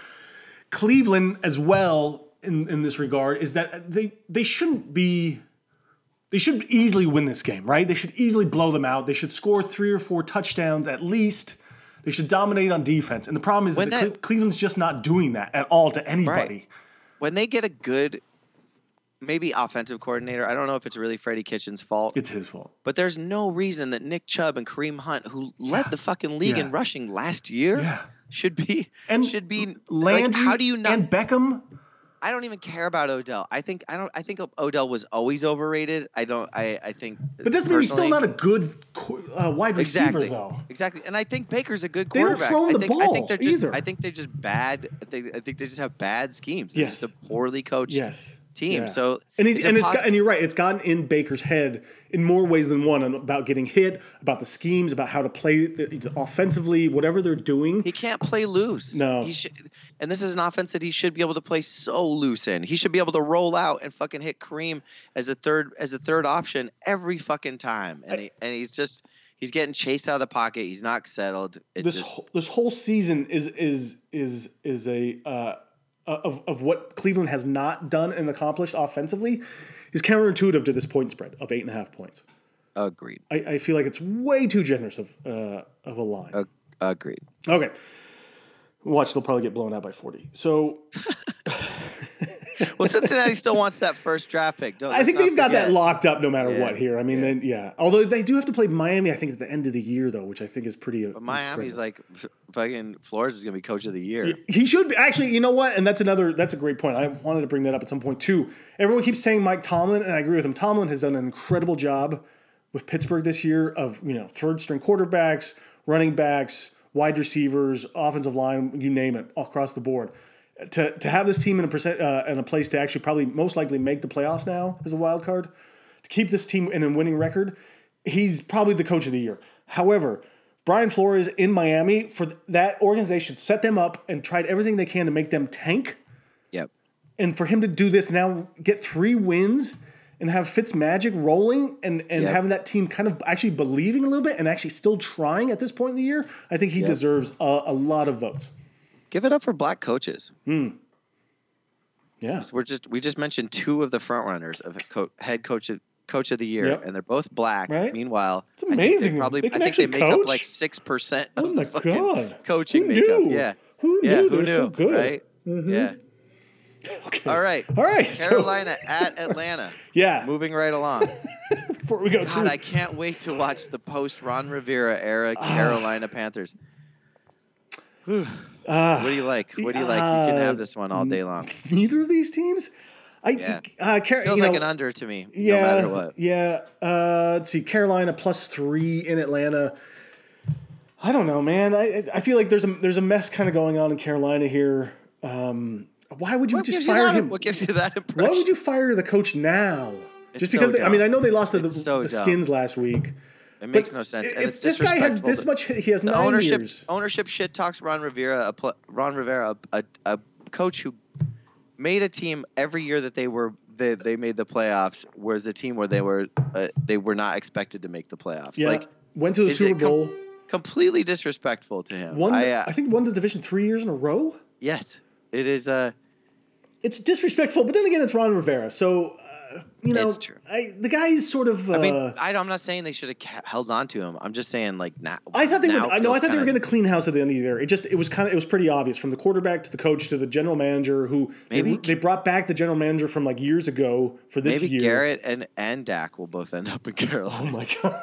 Speaker 2: Cleveland as well in, in this regard is that they they shouldn't be they should easily win this game, right? They should easily blow them out. They should score three or four touchdowns at least. They should dominate on defense. And the problem is that,
Speaker 1: When
Speaker 2: Cle-
Speaker 1: that-
Speaker 2: Cleveland's just not doing that at all to anybody.
Speaker 1: when they get a good maybe offensive coordinator i don't know if it's really freddie kitchen's fault
Speaker 2: It's his fault.
Speaker 1: but there's no reason that nick chubb and kareem hunt who led the fucking league in
Speaker 2: Yeah.
Speaker 1: rushing last year
Speaker 2: Yeah.
Speaker 1: should be
Speaker 2: And
Speaker 1: should be
Speaker 2: Landry
Speaker 1: like how do you not
Speaker 2: and Beckham?
Speaker 1: i don't even care about odell i think i don't i think odell was always overrated i don't i i think
Speaker 2: But doesn't mean he's still
Speaker 1: personally-
Speaker 2: not a good co- uh, wide receiver,
Speaker 1: Exactly.
Speaker 2: though.
Speaker 1: Exactly. And I think Baker's a good
Speaker 2: They don't
Speaker 1: quarterback.
Speaker 2: throw him
Speaker 1: I
Speaker 2: the
Speaker 1: think I
Speaker 2: ball
Speaker 1: think they're just
Speaker 2: either.
Speaker 1: I think they're just bad I think, I think they just have bad schemes. They're
Speaker 2: Yes.
Speaker 1: just a poorly coached
Speaker 2: Yes.
Speaker 1: team.
Speaker 2: Yeah.
Speaker 1: So
Speaker 2: And, it, and it's
Speaker 1: impos-
Speaker 2: got, and you're right. It's gotten in Baker's head in more ways than one on- about getting hit, about the schemes, about how to play the- offensively, whatever they're doing.
Speaker 1: He can't play loose.
Speaker 2: No.
Speaker 1: He should, and this is an offense that he should be able to play so loose in. He should be able to roll out and fucking hit Kareem as a third as a third option every fucking time. And he, and he's just he's getting chased out of the pocket. He's not settled. It's
Speaker 2: this
Speaker 1: just,
Speaker 2: whole, this whole season is is is is a uh, of of what Cleveland has not done and accomplished offensively is counterintuitive to this point spread of eight and a half points.
Speaker 1: agreed.
Speaker 2: I, I feel like it's way too generous of uh, of a line.
Speaker 1: Ag- agreed.
Speaker 2: Okay, watch they'll probably get blown out by forty. So
Speaker 1: Well, Cincinnati still wants that first draft pick. Don't,
Speaker 2: I think they've got that
Speaker 1: long.
Speaker 2: locked up no matter
Speaker 1: Yeah,
Speaker 2: what here. I mean,
Speaker 1: yeah.
Speaker 2: then yeah. Although they do have to play Miami, I think at the end of the year though, which I think is pretty. uh,
Speaker 1: But Miami's like f- fucking Flores is gonna be coach of the year.
Speaker 2: He should be actually. You know what? And that's another. That's a great point. I wanted to bring that up at some point too. Everyone keeps saying Mike Tomlin, and I agree with him. Tomlin has done an incredible job with Pittsburgh this year of you know third string quarterbacks, running backs, wide receivers, offensive line, you name it, across the board. To, to have this team in a percent uh, in a place to actually probably most likely make the playoffs now as a wild card, to keep this team in a winning record, he's probably the coach of the year. However, Brian Flores in Miami for th- that organization set them up and tried everything they can to make them tank.
Speaker 1: Yep.
Speaker 2: And for him to do this now, get three wins and have Fitz magic rolling and, and
Speaker 1: Yep.
Speaker 2: having that team kind of actually believing a little bit and actually still trying at this point in the year, I think he deserves a, a lot of votes.
Speaker 1: Give it up for black coaches.
Speaker 2: Yeah.
Speaker 1: We're just we just mentioned two of the front runners of co- head coach of, coach of the year,
Speaker 2: Yep.
Speaker 1: and they're both black.
Speaker 2: Right.
Speaker 1: Meanwhile,
Speaker 2: It's
Speaker 1: I think they
Speaker 2: amazing.
Speaker 1: probably
Speaker 2: They
Speaker 1: I
Speaker 2: can
Speaker 1: think they
Speaker 2: actually
Speaker 1: make up
Speaker 2: coach?
Speaker 1: like six percent of
Speaker 2: Oh my
Speaker 1: the fucking
Speaker 2: God.
Speaker 1: coaching
Speaker 2: Who
Speaker 1: makeup.
Speaker 2: knew?
Speaker 1: Yeah.
Speaker 2: Who
Speaker 1: yeah.
Speaker 2: knew?
Speaker 1: Who
Speaker 2: They're so
Speaker 1: knew?
Speaker 2: good.
Speaker 1: Right. Yeah.
Speaker 2: Okay.
Speaker 1: All right.
Speaker 2: All right. so-
Speaker 1: Carolina at Atlanta.
Speaker 2: yeah.
Speaker 1: Moving right along.
Speaker 2: Before we go
Speaker 1: God,
Speaker 2: too-
Speaker 1: I can't wait to watch the post Ron Rivera era Carolina Panthers. Whew.
Speaker 2: Ah.
Speaker 1: What do you like? What do you like? You can
Speaker 2: Uh,
Speaker 1: have this one all day long.
Speaker 2: neither of these teams. I
Speaker 1: Yeah.
Speaker 2: uh, Car-
Speaker 1: Feels
Speaker 2: you know,
Speaker 1: like an under to me,
Speaker 2: yeah,
Speaker 1: no matter what.
Speaker 2: Yeah. Uh, let's see, Carolina plus three in Atlanta. I don't know, man. I I feel like there's a there's a mess kind of going on in Carolina here. Um, why would you
Speaker 1: What
Speaker 2: just
Speaker 1: gives you
Speaker 2: fire
Speaker 1: that-
Speaker 2: him?
Speaker 1: What gives you that
Speaker 2: Why
Speaker 1: impression?
Speaker 2: would you fire the coach now?
Speaker 1: It's
Speaker 2: just
Speaker 1: so
Speaker 2: because they, I mean
Speaker 1: dumb.
Speaker 2: I know they lost to the,
Speaker 1: It's so
Speaker 2: the
Speaker 1: dumb.
Speaker 2: Skins last week.
Speaker 1: it makes no sense.
Speaker 2: If
Speaker 1: and it's
Speaker 2: this guy has
Speaker 1: disrespectful
Speaker 2: this
Speaker 1: to-
Speaker 2: much, he has
Speaker 1: the
Speaker 2: nine
Speaker 1: ownership
Speaker 2: years.
Speaker 1: ownership shit talks Ron Rivera, a pl- Ron Rivera, a, a, a coach who made a team every year that they were they, they made the playoffs was a team where they were uh, they were not expected to make the playoffs.
Speaker 2: Yeah,
Speaker 1: Like
Speaker 2: went to the
Speaker 1: is it
Speaker 2: Super Bowl.
Speaker 1: com- completely disrespectful to him.
Speaker 2: won,
Speaker 1: I,
Speaker 2: the-
Speaker 1: uh,
Speaker 2: I think won the division three years in a row.
Speaker 1: yes, it is. Uh,
Speaker 2: it's disrespectful, but then again, it's Ron Rivera, so uh, you know,
Speaker 1: It's true.
Speaker 2: I, the guy is sort of. Uh,
Speaker 1: I
Speaker 2: I,
Speaker 1: mean, I, I'm not saying they should have ca- held on to him. I'm just saying, like, now.
Speaker 2: thought they
Speaker 1: now
Speaker 2: were. I know.
Speaker 1: feels
Speaker 2: I thought they were
Speaker 1: kinda-
Speaker 2: going to clean house at the end of the year. It just it was kind of it was pretty obvious from the quarterback to the coach to the general manager who they-
Speaker 1: Maybe-
Speaker 2: they, brought back the general manager from like years ago for this
Speaker 1: Maybe
Speaker 2: year.
Speaker 1: Garrett and and Dak will both end up in
Speaker 2: Oh
Speaker 1: Carolina.
Speaker 2: my god.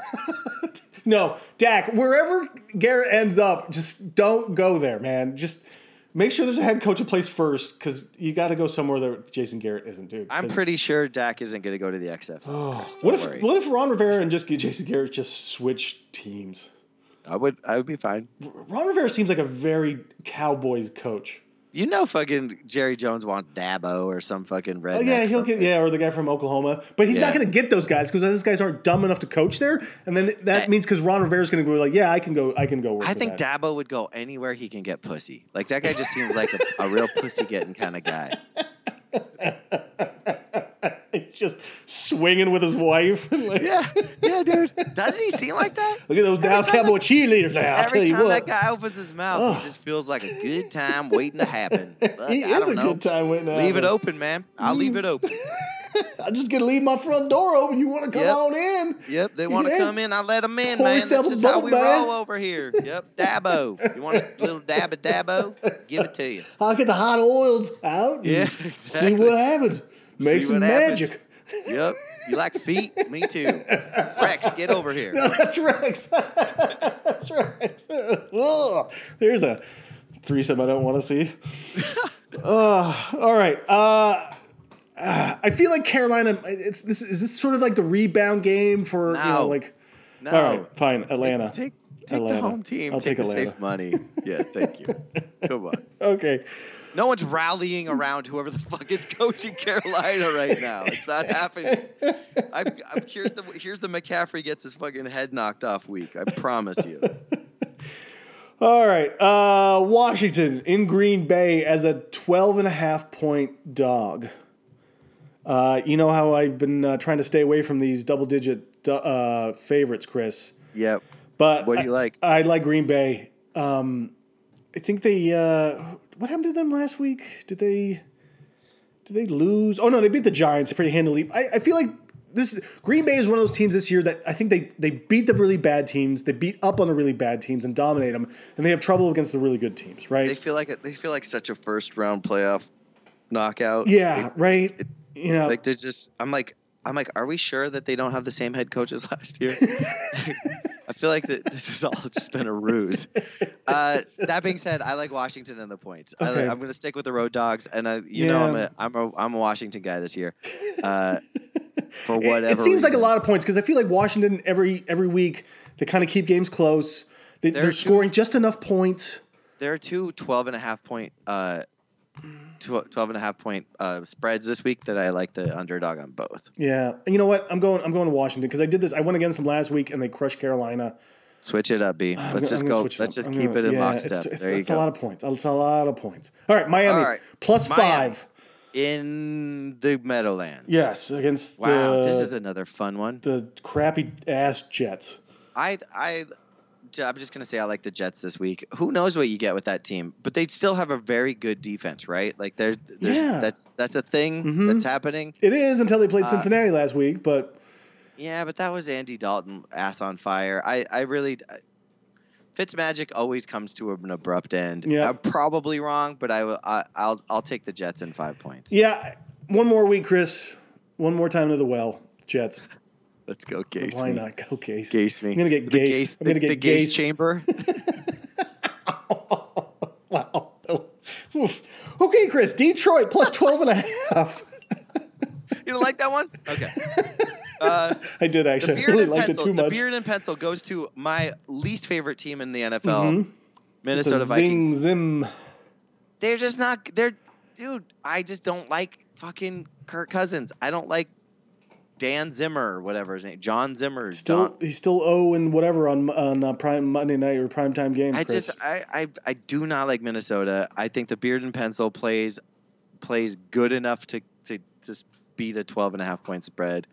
Speaker 2: No, Dak, wherever Garrett ends up, just don't go there, man. Just Make sure there's a head coach in place first, because you got to go somewhere that Jason Garrett isn't, dude.
Speaker 1: I'm
Speaker 2: 'Cause-
Speaker 1: pretty sure Dak isn't going to go to the XFL.
Speaker 2: Oh,
Speaker 1: Chris, don't
Speaker 2: what if
Speaker 1: worry.
Speaker 2: what if Ron Rivera and just Jason Garrett just switch teams?
Speaker 1: I would I would be fine.
Speaker 2: Ron Rivera seems like a very Cowboys coach.
Speaker 1: You know, fucking Jerry Jones wants Dabo or some fucking red.
Speaker 2: Oh yeah, he'll get yeah, or the guy from Oklahoma, but he's
Speaker 1: Yeah.
Speaker 2: not going to get those guys because those guys aren't dumb enough to coach there. And then
Speaker 1: I-
Speaker 2: that means because Ron Rivera's going to be like, yeah, I can go, I can go. Work
Speaker 1: I
Speaker 2: with
Speaker 1: think
Speaker 2: that.
Speaker 1: Dabo would go anywhere he can get pussy. Like that guy just seems like a, a real pussy getting kind of guy.
Speaker 2: he's just swinging with his wife. like,
Speaker 1: Yeah, yeah, dude. Doesn't he seem like that?
Speaker 2: Look at those Dallas
Speaker 1: time that-
Speaker 2: Cowboy cheerleaders now. I'll tell
Speaker 1: Every
Speaker 2: you
Speaker 1: time
Speaker 2: what,
Speaker 1: that guy opens his mouth,
Speaker 2: Ugh.
Speaker 1: it just feels like a good time waiting to happen. Fuck,
Speaker 2: he
Speaker 1: I
Speaker 2: is
Speaker 1: don't
Speaker 2: a
Speaker 1: know.
Speaker 2: good time waiting. to
Speaker 1: Leave it
Speaker 2: happen.
Speaker 1: open, man. I'll leave it open.
Speaker 2: I'm just gonna leave my front door open. You want to come
Speaker 1: Yep.
Speaker 2: on in?
Speaker 1: Yep, they want to
Speaker 2: Yeah.
Speaker 1: come in. I let them in,
Speaker 2: Pour
Speaker 1: man.
Speaker 2: yourself
Speaker 1: That's
Speaker 2: a
Speaker 1: just how
Speaker 2: bubble
Speaker 1: we
Speaker 2: bath.
Speaker 1: roll over here. Yep, Dabo. You want a little dab of Dabo? Give it to you.
Speaker 2: I'll get the hot oils out. and
Speaker 1: Yeah,
Speaker 2: See
Speaker 1: exactly.
Speaker 2: what happens. Make
Speaker 1: See
Speaker 2: some
Speaker 1: what happens.
Speaker 2: magic.
Speaker 1: Yep. You like feet? Me too. Rex, get over here.
Speaker 2: No, that's Rex. that's Rex. Ugh. There's a threesome I don't want to see. Ugh. all right. Uh, ah, I feel like Carolina. It's this. Is this sort of like the rebound game for you know
Speaker 1: No.
Speaker 2: like?
Speaker 1: No.
Speaker 2: All right, fine. Atlanta.
Speaker 1: Take, take
Speaker 2: Atlanta.
Speaker 1: the home team.
Speaker 2: I'll
Speaker 1: take,
Speaker 2: take
Speaker 1: the safe
Speaker 2: Atlanta.
Speaker 1: money. Yeah, thank you. Come on.
Speaker 2: Okay.
Speaker 1: No one's rallying around whoever the fuck is coaching Carolina right now. It's not happening. I'm, I'm here's the here's the McCaffrey gets his fucking head knocked off week. I promise you.
Speaker 2: All right. Uh, Washington in Green Bay as a 12 and a half point dog. Uh, you know how I've been uh, trying to stay away from these double digit du- uh, favorites, Chris.
Speaker 1: Yep.
Speaker 2: But
Speaker 1: What do you like?
Speaker 2: I, I like Green Bay. Um, I think they. Uh, what happened to them last week? Did they? Did they lose? Oh no, they beat the Giants pretty handily. I, I feel like this Green Bay is one of those teams this year that I think they they beat the really bad teams. They beat up on the really bad teams and dominate them, and they have trouble against the really good teams, right?
Speaker 1: They feel like they feel like such a first round playoff knockout.
Speaker 2: yeah,
Speaker 1: They-
Speaker 2: right.
Speaker 1: it-
Speaker 2: you know,
Speaker 1: Like they're just. I'm like. I'm like. Are we sure that they don't have the same head coach as last year? I feel like that this has all just been a ruse. Uh, that being said, I like Washington and the points. I,
Speaker 2: Okay.
Speaker 1: li- I'm going to stick with the road dogs, and I, you know, I'm
Speaker 2: Yeah.
Speaker 1: a, I'm a, I'm a Washington guy this year. Uh, for
Speaker 2: It-
Speaker 1: whatever.
Speaker 2: It, seems like a
Speaker 1: reason.
Speaker 2: lot of points because I feel like Washington every every week they kind of keep games close. They,
Speaker 1: They're
Speaker 2: they're
Speaker 1: too-
Speaker 2: scoring just enough points.
Speaker 1: There are two 12 and a half point, uh, tw- 12 and a half point uh, spreads this week that I like the underdog on both.
Speaker 2: Yeah, and you know what? I'm going. I'm going to Washington because I did this. I went against them last week, and they crushed Carolina.
Speaker 1: Switch it up, B.
Speaker 2: I'm
Speaker 1: Let's
Speaker 2: gonna-
Speaker 1: just
Speaker 2: I'm gonna
Speaker 1: go.
Speaker 2: switch
Speaker 1: Let's
Speaker 2: up.
Speaker 1: just
Speaker 2: I'm
Speaker 1: keep
Speaker 2: gonna-
Speaker 1: it in
Speaker 2: yeah,
Speaker 1: lockstep.
Speaker 2: It's, it's,
Speaker 1: there you
Speaker 2: it's
Speaker 1: go.
Speaker 2: a lot of points. It's a lot of points. All right, Miami
Speaker 1: All right.
Speaker 2: plus
Speaker 1: Miami.
Speaker 2: five.
Speaker 1: in the Meadowlands.
Speaker 2: Yes, against
Speaker 1: Wow,
Speaker 2: the,
Speaker 1: this is another fun one.
Speaker 2: the crappy ass Jets.
Speaker 1: I I I'm just gonna say I like the Jets this week. Who knows what you get with that team, but they still have a very good defense, right? Like they're there's,
Speaker 2: Yeah.
Speaker 1: that's that's a thing
Speaker 2: Mhm.
Speaker 1: that's happening.
Speaker 2: It is until they played
Speaker 1: Uh,
Speaker 2: Cincinnati last week, but
Speaker 1: Yeah, but that was Andy Dalton ass on fire. I I really I, Fitzmagic always comes to an abrupt end.
Speaker 2: Yeah.
Speaker 1: I'm probably wrong, but I will I, I'll I'll take the Jets in five points.
Speaker 2: yeah, one more week, Chris. One more time to the well, Jets.
Speaker 1: Let's go, Gase.
Speaker 2: Why
Speaker 1: me.
Speaker 2: not go Case?
Speaker 1: Gase me.
Speaker 2: I'm gonna get
Speaker 1: the
Speaker 2: gased.
Speaker 1: Gase,
Speaker 2: I'm gonna
Speaker 1: the,
Speaker 2: get
Speaker 1: the Gase
Speaker 2: gased.
Speaker 1: chamber.
Speaker 2: wow. Oof. Okay, Chris. Detroit plus 12 and a half.
Speaker 1: You don't like that one? Okay. Uh,
Speaker 2: I did
Speaker 1: the
Speaker 2: actually. I
Speaker 1: beard
Speaker 2: really
Speaker 1: and
Speaker 2: liked
Speaker 1: pencil.
Speaker 2: it too
Speaker 1: The
Speaker 2: much.
Speaker 1: beard and pencil goes to my least favorite team in the NFL,
Speaker 2: Mhm. It's a
Speaker 1: Minnesota
Speaker 2: zing
Speaker 1: Vikings.
Speaker 2: zim.
Speaker 1: They're just not. They're dude. I just don't like fucking Kirk Cousins. I don't like Dan Zimmer, or whatever his name, John Zimmer.
Speaker 2: Still,
Speaker 1: Don-
Speaker 2: he's still zero and whatever on on uh, prime Monday night or prime time games.
Speaker 1: I
Speaker 2: Chris.
Speaker 1: just I, I I do not like Minnesota. I think the beard and pencil plays plays good enough to to to beat a 12 and a half point spread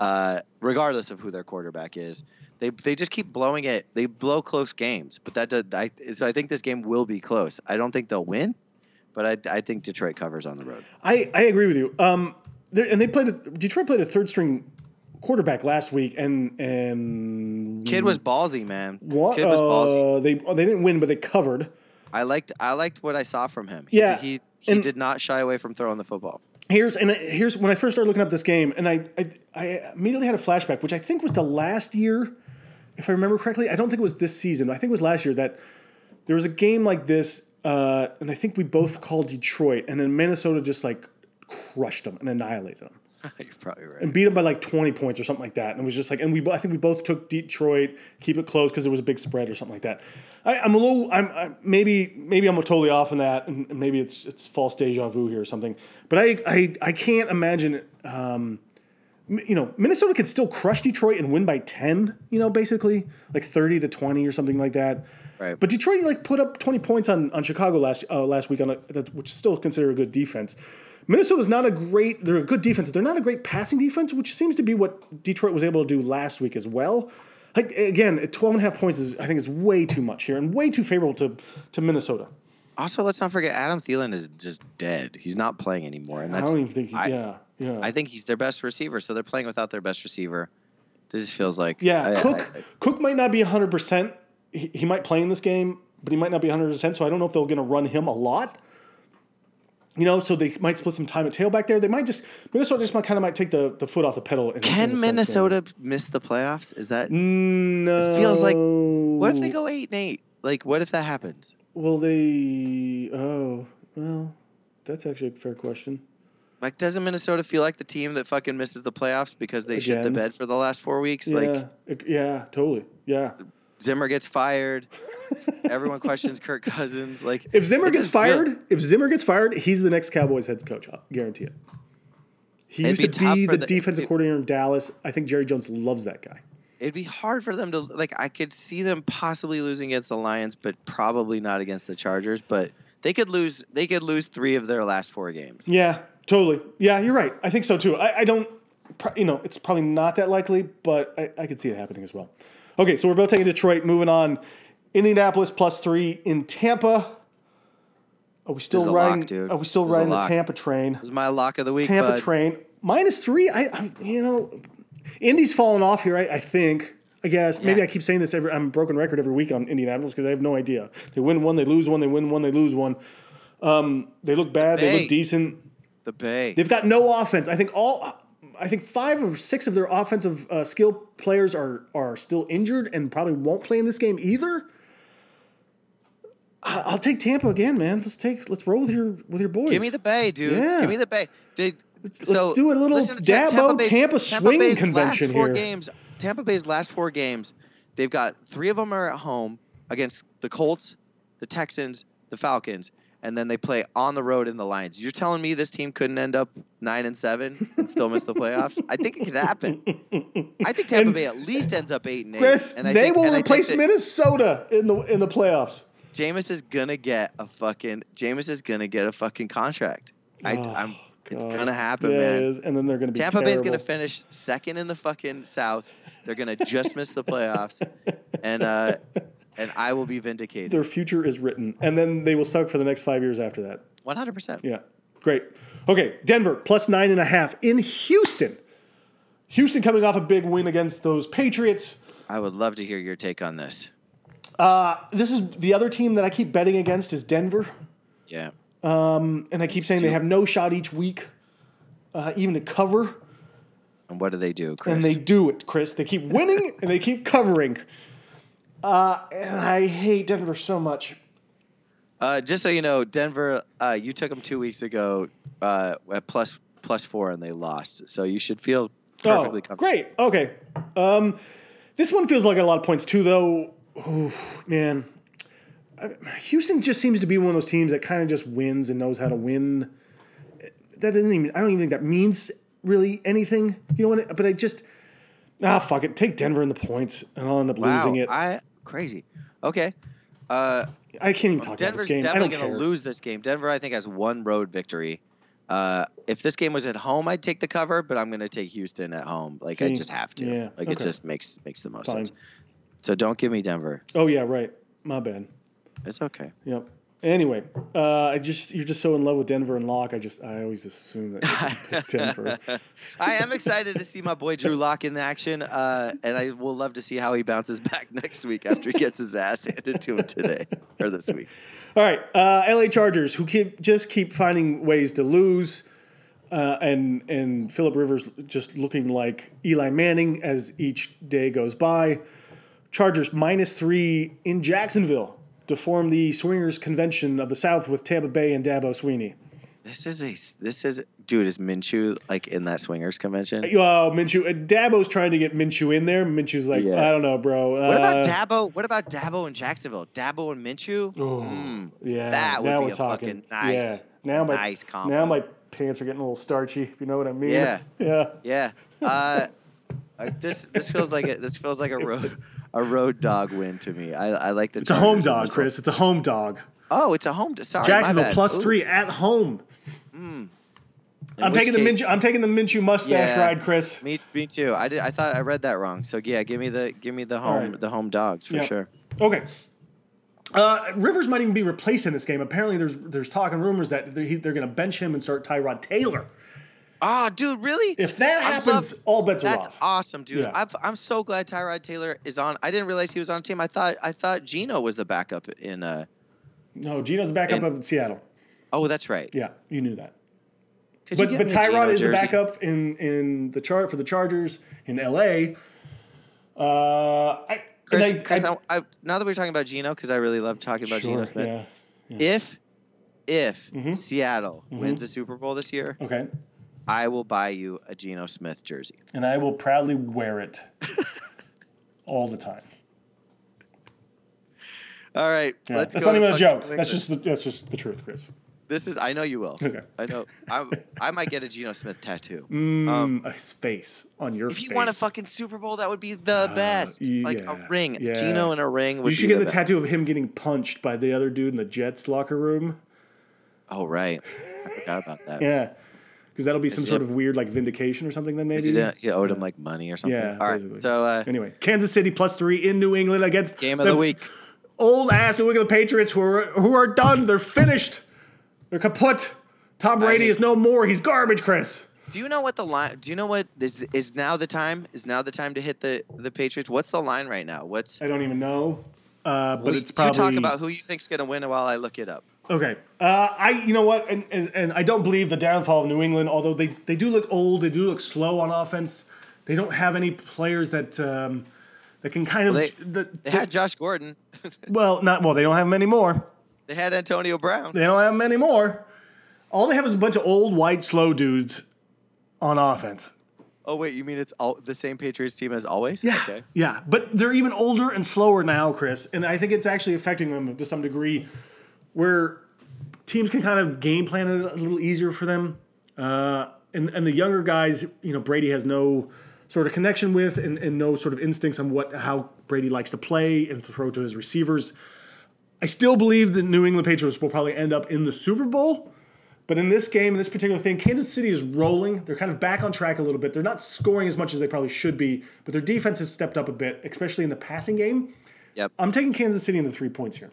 Speaker 1: uh, regardless of who their quarterback is. They they just keep blowing it. They blow close games, but that does I so I think this game will be close. I don't think they'll win, but I I think Detroit covers on the road.
Speaker 2: I, I agree with you. Um, there- and they played a, Detroit played a third string quarterback last week, and and
Speaker 1: Kid was ballsy, man.
Speaker 2: Mm-hmm. what?
Speaker 1: Kid was ballsy.
Speaker 2: uh, they they didn't win, but they covered.
Speaker 1: I liked I liked what I saw from him. He-
Speaker 2: Yeah,
Speaker 1: he he
Speaker 2: and-
Speaker 1: did not shy away from throwing the football.
Speaker 2: Here's and I- here's when I first started looking up this game, and I, I I immediately had a flashback, which I think was to last year, if I remember correctly. I don't think it was this season. I think it was last year that there was a game like this uh, and I think we both called Detroit, and then Minnesota just like crushed them and annihilated them
Speaker 1: You're probably right.
Speaker 2: and beat them by like 20 points or something like that. And it was just like, and we, bo- I think we both took Detroit, keep it close because it was a big spread or something like that. I, I'm a little, I'm, i maybe, maybe I'm totally off on that, and and maybe it's it's false deja vu here or something. But I, I, I can't imagine, um, m- you know, Minnesota could still crush Detroit and win by 10, you know, basically like 30 to 20 or something like that.
Speaker 1: Right.
Speaker 2: But Detroit like put up 20 points on, on Chicago last uh, last week on a, that's, which is still considered a good defense. Minnesota's not a great they're a good defense. They're not a great passing defense, which seems to be what Detroit was able to do last week as well. Like again, at 12 and a half points is I think is way too much here and way too favorable to to Minnesota.
Speaker 1: Also, let's not forget Adam Thielen is just dead. He's not playing anymore, and
Speaker 2: I
Speaker 1: that's
Speaker 2: don't even think he,
Speaker 1: I-
Speaker 2: yeah. Yeah.
Speaker 1: I think he's their best receiver, so they're playing without their best receiver. This feels like
Speaker 2: yeah,
Speaker 1: I-
Speaker 2: Cook
Speaker 1: I- I-
Speaker 2: Cook might not be 100%. He, he might play in this game, but he might not be 100%, so I don't know if they're going to run him a lot. You know, so they might split some time at tailback there. They might just Minnesota just might kind of might take the, the foot off the pedal. In, in
Speaker 1: can
Speaker 2: this
Speaker 1: Minnesota miss the playoffs? Is that
Speaker 2: sense. No.
Speaker 1: It feels like- what if they go eight and eight? Like what if that happens?
Speaker 2: Will they? Oh, well, that's actually a fair question.
Speaker 1: Like doesn't Minnesota feel like the team that fucking misses the playoffs because they shit the
Speaker 2: Again.
Speaker 1: bed for the last four weeks?
Speaker 2: yeah,
Speaker 1: Like
Speaker 2: it- yeah, totally. Yeah.
Speaker 1: Zimmer gets fired, everyone questions Kirk Cousins. Like
Speaker 2: If Zimmer
Speaker 1: it
Speaker 2: gets
Speaker 1: just feel-
Speaker 2: fired, if Zimmer gets fired, he's the next Cowboys head coach. I guarantee it. He
Speaker 1: It'd
Speaker 2: used
Speaker 1: be
Speaker 2: to
Speaker 1: tough
Speaker 2: be
Speaker 1: for
Speaker 2: the
Speaker 1: the-
Speaker 2: defensive
Speaker 1: it-
Speaker 2: coordinator in Dallas. I think Jerry Jones loves that guy.
Speaker 1: it'd be hard for them to like I could see them possibly losing against the Lions, but probably not against the Chargers. But they could lose they could lose three of their last four games.
Speaker 2: Yeah, totally. Yeah, you're right. I think so too. I, I don't, pro- you know, it's probably not that likely, but I, I could see it happening as well. Okay, so we're both taking Detroit. Moving on, Indianapolis plus three in Tampa. Are we still
Speaker 1: This is a lock,
Speaker 2: riding?
Speaker 1: dude.
Speaker 2: are we still
Speaker 1: This is a
Speaker 2: riding the
Speaker 1: lock.
Speaker 2: Tampa train?
Speaker 1: This is my lock of the week.
Speaker 2: Tampa
Speaker 1: bud.
Speaker 2: train minus three. I, I you know, Indy's falling off here. I, I think. I guess maybe
Speaker 1: Yeah.
Speaker 2: I keep saying this every. I'm a broken record every week on Indianapolis because I have no idea. They win one, they lose one. They win one, they lose one. Um, they look bad. They
Speaker 1: Bay.
Speaker 2: look decent.
Speaker 1: the Bay.
Speaker 2: They've got no offense. I think all. I think five or six of their offensive uh, skill players are are still injured and probably won't play in this game either. I- I'll take Tampa again, man. Let's take. Let's roll with your with your boys.
Speaker 1: Give me the Bay, dude.
Speaker 2: Yeah.
Speaker 1: Give me the Bay. They,
Speaker 2: let's do a little
Speaker 1: listen to Ta-
Speaker 2: Dabo Tampa swing
Speaker 1: Bay's
Speaker 2: convention
Speaker 1: last four
Speaker 2: here.
Speaker 1: Games, Tampa Bay's last four games, they've got three of them are at home against the Colts, the Texans, the Falcons, and then they play on the road in the Lions. You're telling me this team couldn't end up nine and seven and still miss the playoffs? I think it could happen. I think Tampa
Speaker 2: And-
Speaker 1: Bay at least ends up eight and eight.
Speaker 2: Chris,
Speaker 1: and I
Speaker 2: they
Speaker 1: think,
Speaker 2: will
Speaker 1: and I think
Speaker 2: replace
Speaker 1: that-
Speaker 2: Minnesota in the in the playoffs.
Speaker 1: Jameis is gonna get a fucking Jameis is gonna get a fucking contract. I,
Speaker 2: Oh,
Speaker 1: I'm. It's
Speaker 2: God.
Speaker 1: gonna happen,
Speaker 2: Yeah, it
Speaker 1: man.
Speaker 2: is, And then they're going to be
Speaker 1: Tampa Bay's going to
Speaker 2: terrible.
Speaker 1: finish second in the fucking South. They're going to just miss the playoffs, and uh, and I will be vindicated.
Speaker 2: Their future is written, and then they will suck for the next five years after that.
Speaker 1: One hundred percent.
Speaker 2: Yeah, great. Okay, Denver plus nine and a half in Houston. Houston coming off a big win against those Patriots.
Speaker 1: I would love to hear your take on this.
Speaker 2: This is the other team that I keep betting against is Denver,
Speaker 1: Yeah,
Speaker 2: and I keep saying they have no shot each week, uh, even to cover.
Speaker 1: and what do they do, Chris?
Speaker 2: And they do it, Chris. They keep winning and they keep covering. Uh, and I hate Denver so much.
Speaker 1: uh, just so you know, Denver. Uh, you took them two weeks ago uh, at plus plus four, and they lost. So you should feel perfectly comfortable.
Speaker 2: oh, great. Okay. Um, this one feels like a lot of points too, though. Ooh, man, I, Houston just seems to be one of those teams that kind of just wins and knows how to win. That doesn't even. I don't even think that means really anything. You know what? I- But I just ah fuck it. Take Denver in the points, and I'll end up
Speaker 1: Wow,
Speaker 2: losing it. I,
Speaker 1: I crazy. Okay. Uh,
Speaker 2: can't even talk
Speaker 1: Denver's
Speaker 2: about this game. I
Speaker 1: definitely
Speaker 2: don't
Speaker 1: going
Speaker 2: care.
Speaker 1: to lose this game. Denver, I think, has one road victory. Uh, if this game was at home, I'd take the cover, but I'm going to take Houston at home. Like I
Speaker 2: See,
Speaker 1: just have to.
Speaker 2: yeah,
Speaker 1: Like it
Speaker 2: okay.
Speaker 1: just makes makes the most
Speaker 2: Fine.
Speaker 1: sense. So don't give me Denver.
Speaker 2: Oh yeah, right. My bad.
Speaker 1: It's okay.
Speaker 2: Yep. Anyway, uh, I just you're just so in love with Denver and Locke. I just I always assume that you pick Denver.
Speaker 1: I am excited to see my boy Drew Lock in action, uh, and I will love to see how he bounces back next week after he gets his ass handed to him today or this week.
Speaker 2: All right, uh, LA Chargers, who keep just keep finding ways to lose, uh, and and Philip Rivers just looking like Eli Manning as each day goes by. Chargers minus three in Jacksonville. to form the Swingers Convention of the South with Tampa Bay and Dabo Sweeney.
Speaker 1: This is a this is dude is Minshew like in that swingers convention?
Speaker 2: Oh, Minshew. uh, Dabo's trying to get Minshew in there. Minshew's like,
Speaker 1: Yeah.
Speaker 2: I don't know, bro.
Speaker 1: What about
Speaker 2: uh,
Speaker 1: Dabo? What about Dabo in Jacksonville? Dabo and Minshew?
Speaker 2: Oh,
Speaker 1: Mm.
Speaker 2: Yeah,
Speaker 1: That would
Speaker 2: now
Speaker 1: be
Speaker 2: we're
Speaker 1: a
Speaker 2: talking.
Speaker 1: fucking nice-
Speaker 2: Yeah, now my
Speaker 1: nice combo.
Speaker 2: now my pants are getting a little starchy. If you know what I mean.
Speaker 1: Yeah.
Speaker 2: yeah.
Speaker 1: Yeah. Uh, uh, this this feels like a this feels like a road a road dog win to me. I, I like the.
Speaker 2: It's a home
Speaker 1: Chargers in
Speaker 2: dog,
Speaker 1: this one.
Speaker 2: Chris. It's a home dog.
Speaker 1: Oh, it's a home. d- Sorry, my
Speaker 2: Jacksonville
Speaker 1: bad.
Speaker 2: plus
Speaker 1: Ooh,
Speaker 2: three at home.
Speaker 1: in
Speaker 2: I'm
Speaker 1: which
Speaker 2: taking
Speaker 1: case-
Speaker 2: the Minshew. I'm taking the Minshew mustache
Speaker 1: Yeah.
Speaker 2: ride, Chris.
Speaker 1: Me, me too. I did. I thought I read that wrong. So yeah, give me the give me the
Speaker 2: All
Speaker 1: home
Speaker 2: right.
Speaker 1: the home dogs for
Speaker 2: Yeah.
Speaker 1: sure.
Speaker 2: Okay. Uh, Rivers might even be replaced in this game. Apparently, there's there's talk and rumors that they're, they're going to bench him and start Tyrod Taylor.
Speaker 1: Ah, dude, really?
Speaker 2: If that
Speaker 1: I
Speaker 2: happens,
Speaker 1: love-
Speaker 2: all bets are
Speaker 1: That's
Speaker 2: off.
Speaker 1: awesome, dude.
Speaker 2: Yeah.
Speaker 1: I've, I'm so glad Tyrod Taylor is on. I didn't realize he was on a team. I thought I thought Gino was the backup in. Uh,
Speaker 2: no, Gino's back up
Speaker 1: And-
Speaker 2: in Seattle.
Speaker 1: oh, that's right.
Speaker 2: Yeah, you knew that.
Speaker 1: Could you
Speaker 2: but
Speaker 1: get
Speaker 2: but
Speaker 1: me a Geno
Speaker 2: Tyrod is the
Speaker 1: jersey?
Speaker 2: backup in in the chart for the Chargers in L.A. Uh, I,
Speaker 1: Chris,
Speaker 2: and I-
Speaker 1: Chris,
Speaker 2: I-
Speaker 1: I, I, now that we're talking about Gino, because I really love talking about
Speaker 2: sure,
Speaker 1: Geno Smith.
Speaker 2: yeah.
Speaker 1: If if
Speaker 2: Mm-hmm.
Speaker 1: Seattle wins the Super Bowl this year,
Speaker 2: Okay,
Speaker 1: I will buy you a Geno Smith jersey.
Speaker 2: and I will proudly wear it all the time.
Speaker 1: All right,
Speaker 2: Yeah.
Speaker 1: let's
Speaker 2: that's
Speaker 1: go.
Speaker 2: not
Speaker 1: to
Speaker 2: even a
Speaker 1: fucking
Speaker 2: joke.
Speaker 1: New England.
Speaker 2: That's just the, that's just the truth, Chris.
Speaker 1: this is. I know you will.
Speaker 2: Okay.
Speaker 1: I know. I I might get a Geno Smith tattoo.
Speaker 2: Mm, his face on your.
Speaker 1: Um, If you
Speaker 2: face.
Speaker 1: want a fucking Super Bowl, that would be the
Speaker 2: Uh,
Speaker 1: best.
Speaker 2: y-
Speaker 1: Like
Speaker 2: yeah,
Speaker 1: a ring,
Speaker 2: yeah.
Speaker 1: Gino and a ring. Would
Speaker 2: You should
Speaker 1: be
Speaker 2: get a
Speaker 1: the best.
Speaker 2: tattoo of him getting punched by the other dude in the Jets locker room.
Speaker 1: Oh right, I forgot about that.
Speaker 2: Yeah, because that'll be some
Speaker 1: it
Speaker 2: sort
Speaker 1: a-
Speaker 2: of weird like vindication or something. Then
Speaker 1: Is He,
Speaker 2: maybe.
Speaker 1: didn't- he owed him like money or something.
Speaker 2: Yeah,
Speaker 1: All right.
Speaker 2: basically.
Speaker 1: So uh,
Speaker 2: Anyway, Kansas City plus three in New England against
Speaker 1: game of the week.
Speaker 2: Old ass New England Patriots who are who are done. They're finished. They're kaput. Tom Brady
Speaker 1: hate-
Speaker 2: is no more. He's garbage, Chris.
Speaker 1: Do you know what the line? Do you know what is is now the time? Is now the time to hit the the Patriots? What's the line right now? What's
Speaker 2: I don't even know. Uh, but
Speaker 1: you-
Speaker 2: it's probably
Speaker 1: you talk about who you think's gonna win while I look it up.
Speaker 2: Okay. Uh, I you know what, and, and and I don't believe the downfall of New England. Although they they do look old, they do look slow on offense. They don't have any players that um, that can kind of
Speaker 1: Well, they-
Speaker 2: that-
Speaker 1: They had Josh Gordon.
Speaker 2: well not well. They don't have them anymore.
Speaker 1: they had Antonio Brown.
Speaker 2: They don't have them anymore. All they have is a bunch of old white slow dudes on offense.
Speaker 1: Oh wait, you mean it's all the same Patriots team as always?
Speaker 2: Yeah.
Speaker 1: Okay.
Speaker 2: Yeah. But they're even older and slower now, Chris. And I think it's actually affecting them to some degree where teams can kind of game plan it a little easier for them. Uh, and, and the younger guys, you know, Brady has no sort of connection with and, and no sort of instincts on what how Brady likes to play and throw to his receivers. I still believe the New England Patriots will probably end up in the Super Bowl. But in this game, in this particular thing, Kansas City is rolling. They're kind of back on track a little bit. They're not scoring as much as they probably should be, but their defense has stepped up a bit, especially in the passing game.
Speaker 1: Yep.
Speaker 2: I'm taking Kansas City in the three points here.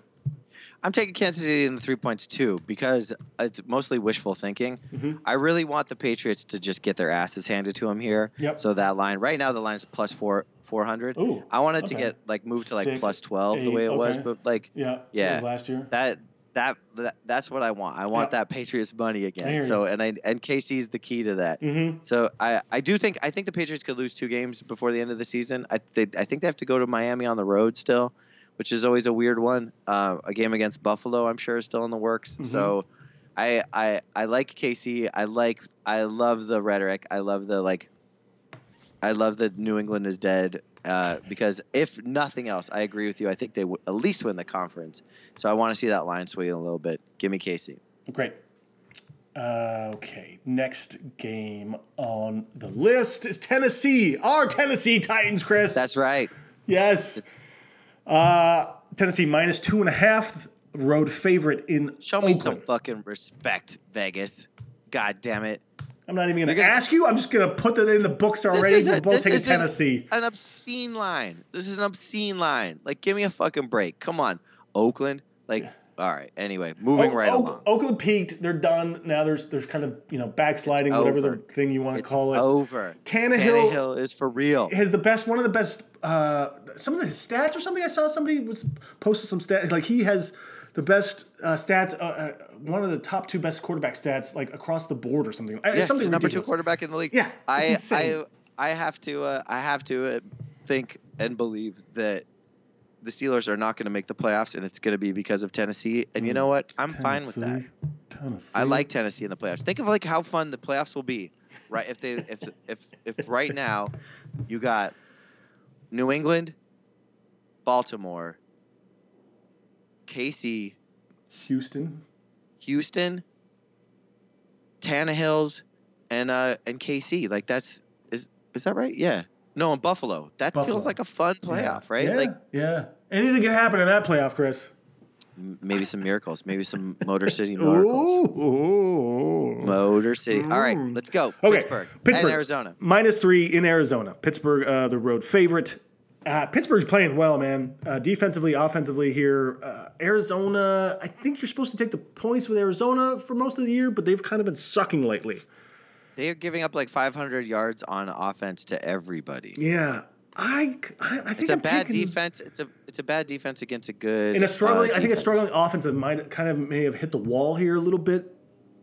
Speaker 1: I'm taking Kansas City in the three points too because it's mostly wishful thinking.
Speaker 2: Mm-hmm.
Speaker 1: I really want the Patriots to just get their asses handed to them here.
Speaker 2: Yep.
Speaker 1: So that line right now, the line is plus four four hundred.
Speaker 2: Ooh,
Speaker 1: I wanted to
Speaker 2: okay.
Speaker 1: get like moved to like
Speaker 2: Six,
Speaker 1: plus twelve the
Speaker 2: eight,
Speaker 1: way it was,
Speaker 2: okay.
Speaker 1: but like
Speaker 2: Yeah.
Speaker 1: Yeah.
Speaker 2: that was Last year.
Speaker 1: that that, that that's what I want. I want
Speaker 2: Yeah.
Speaker 1: that Patriots money
Speaker 2: I hear
Speaker 1: again. So and I and KC's the key to that.
Speaker 2: Mm-hmm.
Speaker 1: So I, I do think I think the Patriots could lose two games before the end of the season. I they, I think they have to go to Miami on the road still, which is always a weird one. Uh, a game against Buffalo, I'm sure, is still in the works. So I I I like KC. I like I love the rhetoric. I love the like. I love that New England is dead uh, because if nothing else, I agree with you. I think they w- at least win the conference. So I want to see that line swing a little bit. Give me KC.
Speaker 2: Great. Uh, okay. Next game on the list is Tennessee. Our Tennessee Titans, Chris.
Speaker 1: That's right.
Speaker 2: yes. Uh, Tennessee minus two and a half. Road favorite in
Speaker 1: Show me some
Speaker 2: Oakland.
Speaker 1: fucking respect, Vegas. God damn it.
Speaker 2: I'm not even going to
Speaker 1: You're gonna-
Speaker 2: ask you. I'm just going to put that in the books already.
Speaker 1: is a-
Speaker 2: We're both
Speaker 1: this
Speaker 2: taking
Speaker 1: is a-
Speaker 2: Tennessee.
Speaker 1: An obscene line. This is an obscene line. Like, give me a fucking break. Come on, Oakland. Like, all right. Anyway, moving
Speaker 2: Oak-
Speaker 1: right
Speaker 2: Oh, Oak-
Speaker 1: along.
Speaker 2: Oakland peaked. They're done. Now there's there's kind of you know backsliding,
Speaker 1: It's
Speaker 2: whatever
Speaker 1: over.
Speaker 2: the thing you want to
Speaker 1: It's
Speaker 2: call it.
Speaker 1: over.
Speaker 2: Tannehill-
Speaker 1: Tannehill is for real.
Speaker 2: has the best one of the best uh, some of his stats or something. I saw somebody was posted some stats like he has the best uh, stats, uh, uh, one of the top two best quarterback stats like across the board or something. Yeah,
Speaker 1: Yeah,
Speaker 2: something
Speaker 1: he's number two
Speaker 2: ridiculous.
Speaker 1: quarterback in the league.
Speaker 2: Yeah, it's
Speaker 1: I,
Speaker 2: insane.
Speaker 1: I, I have to, uh, I have to uh, think and believe that the Steelers are not going to make the playoffs, and it's going to be because of Tennessee. And you
Speaker 2: Mm.
Speaker 1: know what? I'm fine with that.
Speaker 3: Tennessee.
Speaker 1: I like Tennessee in the playoffs. Think of like how fun the playoffs will be, right? If they if if if right now you got New England, Baltimore, Casey,
Speaker 3: Houston.
Speaker 1: Houston, Tannehill's, and uh and KC. Like that's is is that right? Yeah. No, in Buffalo. That
Speaker 3: Buffalo.
Speaker 1: feels like a fun playoff, right?
Speaker 3: Yeah.
Speaker 1: Like
Speaker 3: yeah.
Speaker 2: Anything can happen in that playoff, Chris.
Speaker 1: m- maybe some miracles, maybe some Motor City miracles.
Speaker 2: Ooh.
Speaker 1: Motor City. All right,
Speaker 3: Mm.
Speaker 2: Ooh.
Speaker 1: let's go.
Speaker 2: Okay,
Speaker 1: Pittsburgh,
Speaker 2: Pittsburgh.
Speaker 1: and Arizona.
Speaker 2: Minus three in Arizona. Pittsburgh, uh, the road favorite. Uh, Pittsburgh's playing well, man. Uh, defensively, offensively here. Uh, Arizona, I think you're supposed to take the points with Arizona for most of the year, but they've kind of been sucking lately.
Speaker 1: They are giving up like 500 yards on offense to everybody.
Speaker 2: Yeah, I, I, I think
Speaker 1: It's a
Speaker 2: I'm
Speaker 1: bad
Speaker 2: taking,
Speaker 1: defense. It's a it's a bad defense against a good.
Speaker 2: in a struggling.
Speaker 1: uh,
Speaker 2: I think a
Speaker 1: defense.
Speaker 2: struggling offense that might kind of may have hit the wall here a little bit.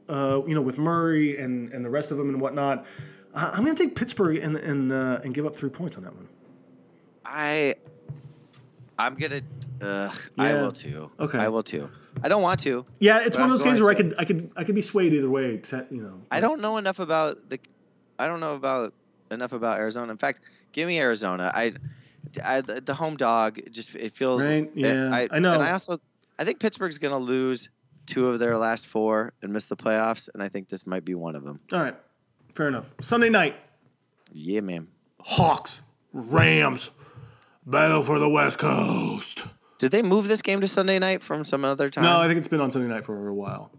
Speaker 2: Uh, you know, with Murray and and the rest of them and whatnot. Uh, I'm going to take Pittsburgh and and uh, and give up three points on that one.
Speaker 1: I I'm gonna. Uh, I
Speaker 2: Yeah.
Speaker 1: will too.
Speaker 2: Okay.
Speaker 1: I will too. I don't want to.
Speaker 2: Yeah, it's
Speaker 1: But
Speaker 2: one
Speaker 1: I'm
Speaker 2: of those games
Speaker 1: going
Speaker 2: where I
Speaker 1: to.
Speaker 2: could I could I could be swayed either way. To, you know,
Speaker 1: I don't know enough about the. I don't know about enough about Arizona. In fact, give me Arizona. I, I the the home dog it just it feels.
Speaker 2: Right?
Speaker 1: it-
Speaker 2: Yeah, I know.
Speaker 1: And I also I think Pittsburgh's gonna lose two of their last four and miss the playoffs, and I think this might be one of them.
Speaker 2: All right, fair enough. Sunday night,
Speaker 1: Yeah, man.
Speaker 2: Hawks, Rams, battle for the West Coast.
Speaker 1: Did they move this game to Sunday night from some other time?
Speaker 2: No, I think it's been on Sunday night for a while.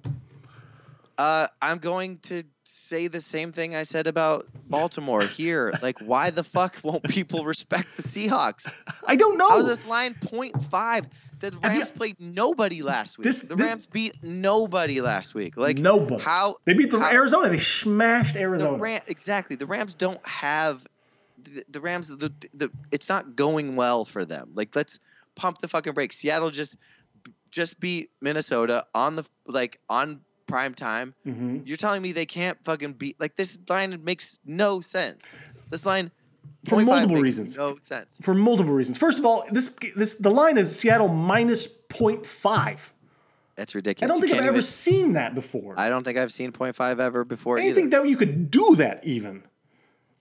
Speaker 1: Uh, I'm going to say the same thing I said about Baltimore here. Like, why the fuck won't people respect the Seahawks?
Speaker 2: I don't know.
Speaker 1: How's this line 0.5? The
Speaker 2: you-
Speaker 1: Rams played nobody last week.
Speaker 2: This-
Speaker 1: the
Speaker 2: this-
Speaker 1: Rams beat nobody last week. Like
Speaker 2: Nobody.
Speaker 1: How
Speaker 2: They beat the
Speaker 1: how-
Speaker 2: Arizona. They smashed
Speaker 1: the
Speaker 2: Arizona.
Speaker 1: Ram, exactly. The Rams don't have the, the Rams. The, the it's not going well for them. Like let's pump the fucking brakes. Seattle just just beat Minnesota on the like on prime time.
Speaker 2: hmm
Speaker 1: You're telling me they can't fucking beat like this line makes no sense. This line
Speaker 2: For
Speaker 1: 0.5
Speaker 2: multiple
Speaker 1: makes
Speaker 2: reasons.
Speaker 1: no sense.
Speaker 2: for multiple reasons. First of all, this this the line is Seattle minus 0.5.
Speaker 1: That's
Speaker 2: I
Speaker 1: ridiculous. You
Speaker 2: don't think I've
Speaker 1: can't
Speaker 2: ever
Speaker 1: even-
Speaker 2: seen that before. I,
Speaker 1: I don't think I've seen 0.5 ever before.
Speaker 2: didn't
Speaker 1: either.
Speaker 2: think that you could do that even.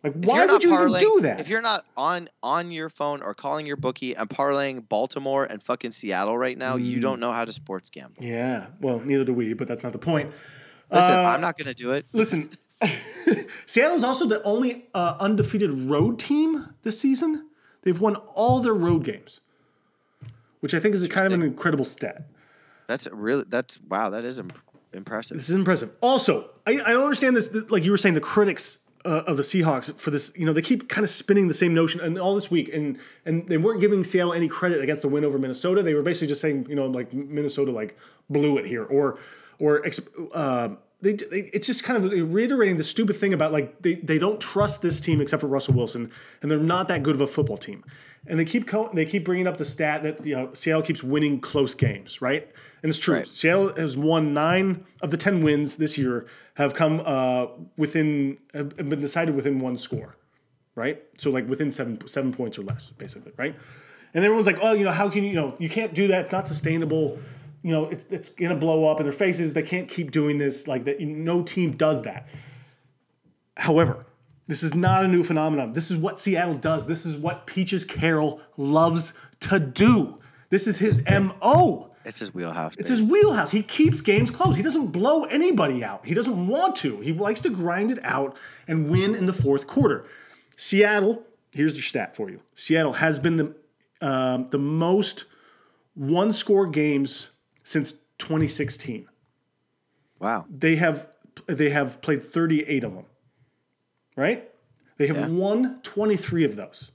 Speaker 2: Like,
Speaker 1: If
Speaker 2: why
Speaker 1: you're
Speaker 2: would
Speaker 1: not
Speaker 2: you even
Speaker 1: parlaying-
Speaker 2: do that?
Speaker 1: If you're not on on your phone or calling your bookie and parlaying Baltimore and fucking Seattle right now, you
Speaker 2: Mm.
Speaker 1: don't know how to sports gamble.
Speaker 2: yeah, well, neither do we, but that's not the point.
Speaker 1: Listen,
Speaker 2: Uh,
Speaker 1: I'm not going to do it.
Speaker 2: Listen, Seattle's also the only uh, undefeated road team this season. They've won all their road games, which I think is a kind of an incredible stat.
Speaker 1: That's really that's wow. That is imp- impressive.
Speaker 2: This is impressive. Also, I, I don't understand this. th- Like you were saying, the critics uh, of the Seahawks for this, you know, they keep kind of spinning the same notion, and all this week, and and they weren't giving Seattle any credit against the win over Minnesota. They were basically just saying, you know, like Minnesota like blew it here, or or ex- uh, they, they it's just kind of reiterating the stupid thing about like they they don't trust this team except for Russell Wilson, and they're not that good of a football team. And they keep co- they keep bringing up the stat that you know Seattle keeps winning close games, right? And it's true.
Speaker 1: Right.
Speaker 2: Seattle has won nine of the ten wins this year have come uh, within have been decided within one score, right? So like within seven seven points or less, basically, right? And everyone's like, oh, you know, how can you, you know, you can't do that. It's not sustainable. You know, it's it's gonna blow up in their faces. They can't keep doing this. Like that, no team does that. However, this is not a new phenomenon. This is what Seattle does. This is what Peaches Carroll loves to do. This is his MO.
Speaker 1: It's his wheelhouse.
Speaker 2: It's his wheelhouse. He keeps games close. He doesn't blow anybody out. He doesn't want to. He likes to grind it out and win in the fourth quarter. Seattle, here's your stat for you. Seattle has been the um, the most one score games since 2016.
Speaker 1: wow.
Speaker 2: They have they have played 38 of them. Right? They have won 23 of those.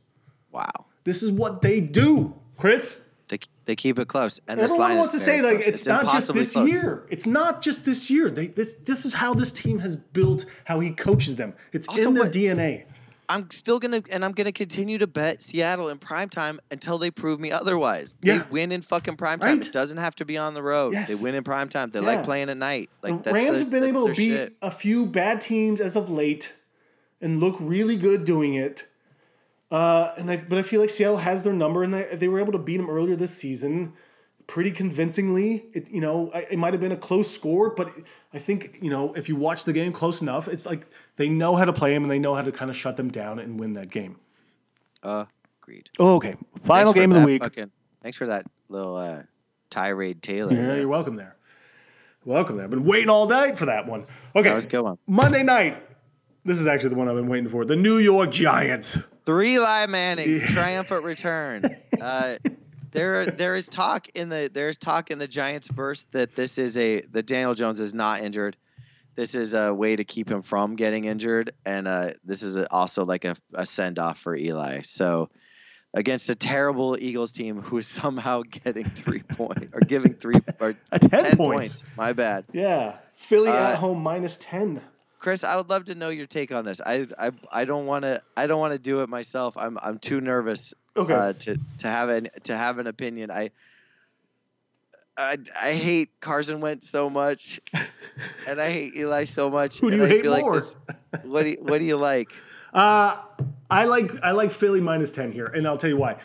Speaker 1: Wow.
Speaker 2: This is what they do, Chris.
Speaker 1: They they keep it close. And this
Speaker 2: Everyone
Speaker 1: line
Speaker 2: wants to
Speaker 1: is
Speaker 2: say
Speaker 1: very
Speaker 2: like
Speaker 1: close.
Speaker 2: it's, not just
Speaker 1: impossibly
Speaker 2: this
Speaker 1: close.
Speaker 2: year. It's not just this year. They this this is how this team has built, how he coaches them. It's
Speaker 1: Also,
Speaker 2: in their
Speaker 1: what-
Speaker 2: DNA.
Speaker 1: I'm still gonna and I'm gonna continue to bet Seattle in prime time until they prove me otherwise.
Speaker 2: Yeah.
Speaker 1: They win in fucking prime time.
Speaker 2: Right.
Speaker 1: It doesn't have to be on the road.
Speaker 2: Yes.
Speaker 1: They win in prime time. They
Speaker 2: Yeah.
Speaker 1: like playing at night. Like
Speaker 2: the
Speaker 1: that's
Speaker 2: Rams
Speaker 1: the-
Speaker 2: have been
Speaker 1: that's
Speaker 2: able to
Speaker 1: their
Speaker 2: beat
Speaker 1: shit.
Speaker 2: a few bad teams as of late and look really good doing it. Uh, and I, but I feel like Seattle has their number, and they, they were able to beat them earlier this season, pretty convincingly. It, you know, I, it might have been a close score, but I think you know if you watch the game close enough, it's like they know how to play them and they know how to kind of shut them down and win that game.
Speaker 1: Agreed.
Speaker 2: Oh, okay,
Speaker 1: Thanks
Speaker 2: final
Speaker 1: for
Speaker 2: game of the
Speaker 1: that
Speaker 2: week.
Speaker 1: fucking- thanks for that little uh, tirade, Taylor.
Speaker 2: Yeah,
Speaker 1: there.
Speaker 2: you're welcome there. Welcome there. I've been waiting all night for that one. Okay,
Speaker 1: That was a good one.
Speaker 2: Monday night. This is actually the one I've been waiting for. The New York Giants.
Speaker 1: Three Lie Manning's triumphant return. Uh, there, there is talk in the there is talk in the Giants burst that this is a that Daniel Jones is not injured. This is a way to keep him from getting injured, and uh, this is a, also like a, a send off for Eli. So, against a terrible Eagles team who is somehow getting three point or giving three or
Speaker 2: A ten,
Speaker 1: ten
Speaker 2: points.
Speaker 1: points. My bad.
Speaker 2: Yeah, Philly
Speaker 1: Uh,
Speaker 2: at home minus ten.
Speaker 1: Chris, I would love to know your take on this. I I, I don't want to I don't want to do it myself. I'm I'm too nervous
Speaker 2: Okay.
Speaker 1: uh, to to have an to have an opinion. I I, I hate Carson Wentz so much, and I hate Eli so much.
Speaker 2: Who do
Speaker 1: and
Speaker 2: you
Speaker 1: I
Speaker 2: hate
Speaker 1: feel like
Speaker 2: more?
Speaker 1: this- what do you, what do you like?
Speaker 2: Uh, I like I like Philly minus ten here, and I'll tell you why.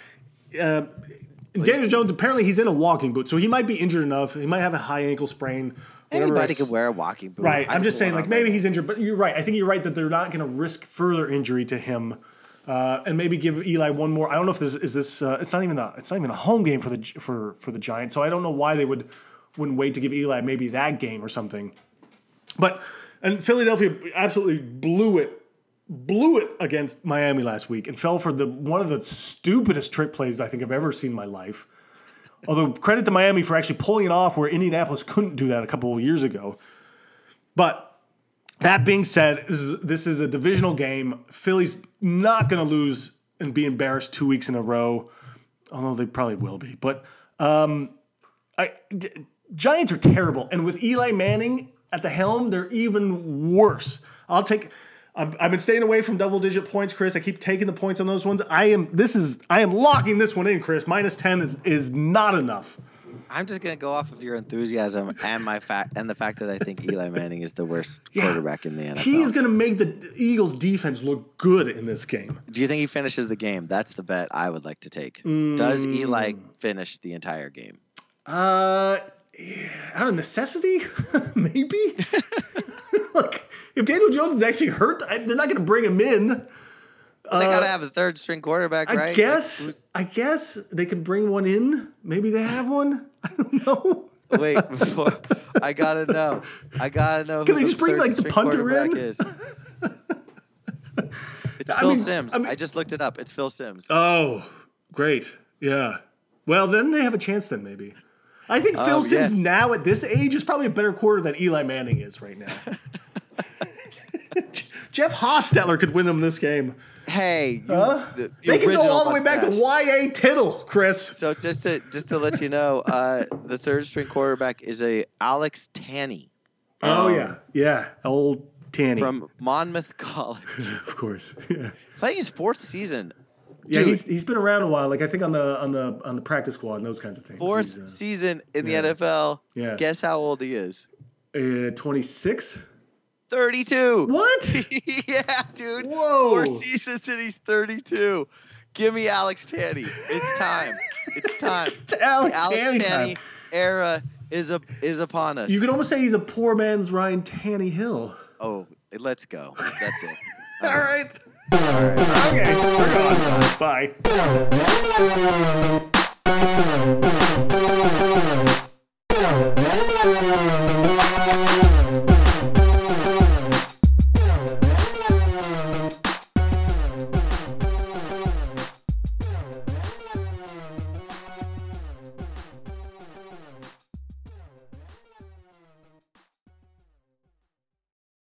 Speaker 2: Uh, Daniel Jones apparently he's in a walking boot, so he might be injured enough. He might have a high ankle sprain. whatever
Speaker 1: Anybody
Speaker 2: else.
Speaker 1: could wear a walking boot.
Speaker 2: Right. I'm
Speaker 1: don't
Speaker 2: just saying,
Speaker 1: want
Speaker 2: like
Speaker 1: on
Speaker 2: maybe
Speaker 1: my-
Speaker 2: he's injured, but you're right. I think you're right that they're not going to risk further injury to him, uh, and maybe give Eli one more. I don't know if this is this. Uh, it's not even a. It's not even a home game for the Gi- for for the Giants. So I don't know why they would wouldn't wait to give Eli maybe that game or something. But and Philadelphia absolutely blew it blew it against Miami last week and fell for the one of the stupidest trick plays I think I've ever seen in my life. Although credit to Miami for actually pulling it off where Indianapolis couldn't do that a couple of years ago. But that being said, this is, this is a divisional game. Philly's not going to lose and be embarrassed two weeks in a row, although they probably will be. But um, I, D- Giants are terrible, and with Eli Manning at the helm, they're even worse. I'll take. I'm, I've been staying away from double-digit points, Chris. I keep taking the points on those ones. I am. This is. I am locking this one in, Chris. Minus ten is is not enough.
Speaker 1: I'm just gonna go off of your enthusiasm and my fact and the fact that I think Eli Manning is the worst quarterback in the NFL.
Speaker 2: He is going to make the Eagles' defense look good in this game.
Speaker 1: Do you think he finishes the game? That's the bet I would like to take. Does
Speaker 2: Hmm.
Speaker 1: Eli finish the entire game?
Speaker 2: Uh, out of necessity, maybe. Look, if Daniel Jones is actually hurt, I, they're not going to bring him in.
Speaker 1: they gotta have a third string quarterback,
Speaker 2: Uh, I
Speaker 1: right? Like,
Speaker 2: guess. I guess they can bring one in. Maybe they have one. I don't know.
Speaker 1: who- wait, before I gotta know. I gotta know.
Speaker 2: Can
Speaker 1: who
Speaker 2: they
Speaker 1: the
Speaker 2: just bring,
Speaker 1: third
Speaker 2: like, the
Speaker 1: string
Speaker 2: punter
Speaker 1: quarterback
Speaker 2: in?
Speaker 1: Is. It's
Speaker 2: I
Speaker 1: Phil
Speaker 2: mean-
Speaker 1: Sims.
Speaker 2: I
Speaker 1: I,
Speaker 2: mean-
Speaker 1: just looked it up. It's Phil Sims.
Speaker 2: Oh, great. Yeah. Well, then they have a chance. Then maybe. I think Phil
Speaker 1: Um, yeah.
Speaker 2: Sims now at this age is probably a better quarter than Eli Manning is right now. Jeff Hostetler could win them this game.
Speaker 1: hey, you,
Speaker 2: Huh?
Speaker 1: the, the
Speaker 2: They can go
Speaker 1: original
Speaker 2: all the way back to
Speaker 1: mustache.
Speaker 2: YA Tittle, Chris.
Speaker 1: So just to just to let you know, uh, the third string quarterback is a Alex Tanney
Speaker 2: Oh yeah, yeah, old Tanny
Speaker 1: Um, from Monmouth College,
Speaker 2: of course. Yeah,
Speaker 1: playing his fourth season.
Speaker 2: yeah
Speaker 1: Dude.
Speaker 2: he's, he's been around a while. Like I think on the on the on the practice squad and those kinds of things.
Speaker 1: fourth
Speaker 2: He's, uh,
Speaker 1: season in
Speaker 2: yeah.
Speaker 1: the NFL.
Speaker 2: Yeah.
Speaker 1: Guess how old he is?
Speaker 2: uh, twenty six.
Speaker 1: 32.
Speaker 2: What?
Speaker 1: yeah, dude.
Speaker 2: Whoa.
Speaker 1: Four seasons and he's 32. Give me Alex Tanny. It's time. It's time. The Alex
Speaker 2: Alex, Tanny
Speaker 1: Tanny,
Speaker 2: time.
Speaker 1: era is up is upon us.
Speaker 2: You could almost say he's a poor man's Ryan Tanny Hill.
Speaker 1: oh, let's go. That's it.
Speaker 2: All right. Okay, we're gone. Bye.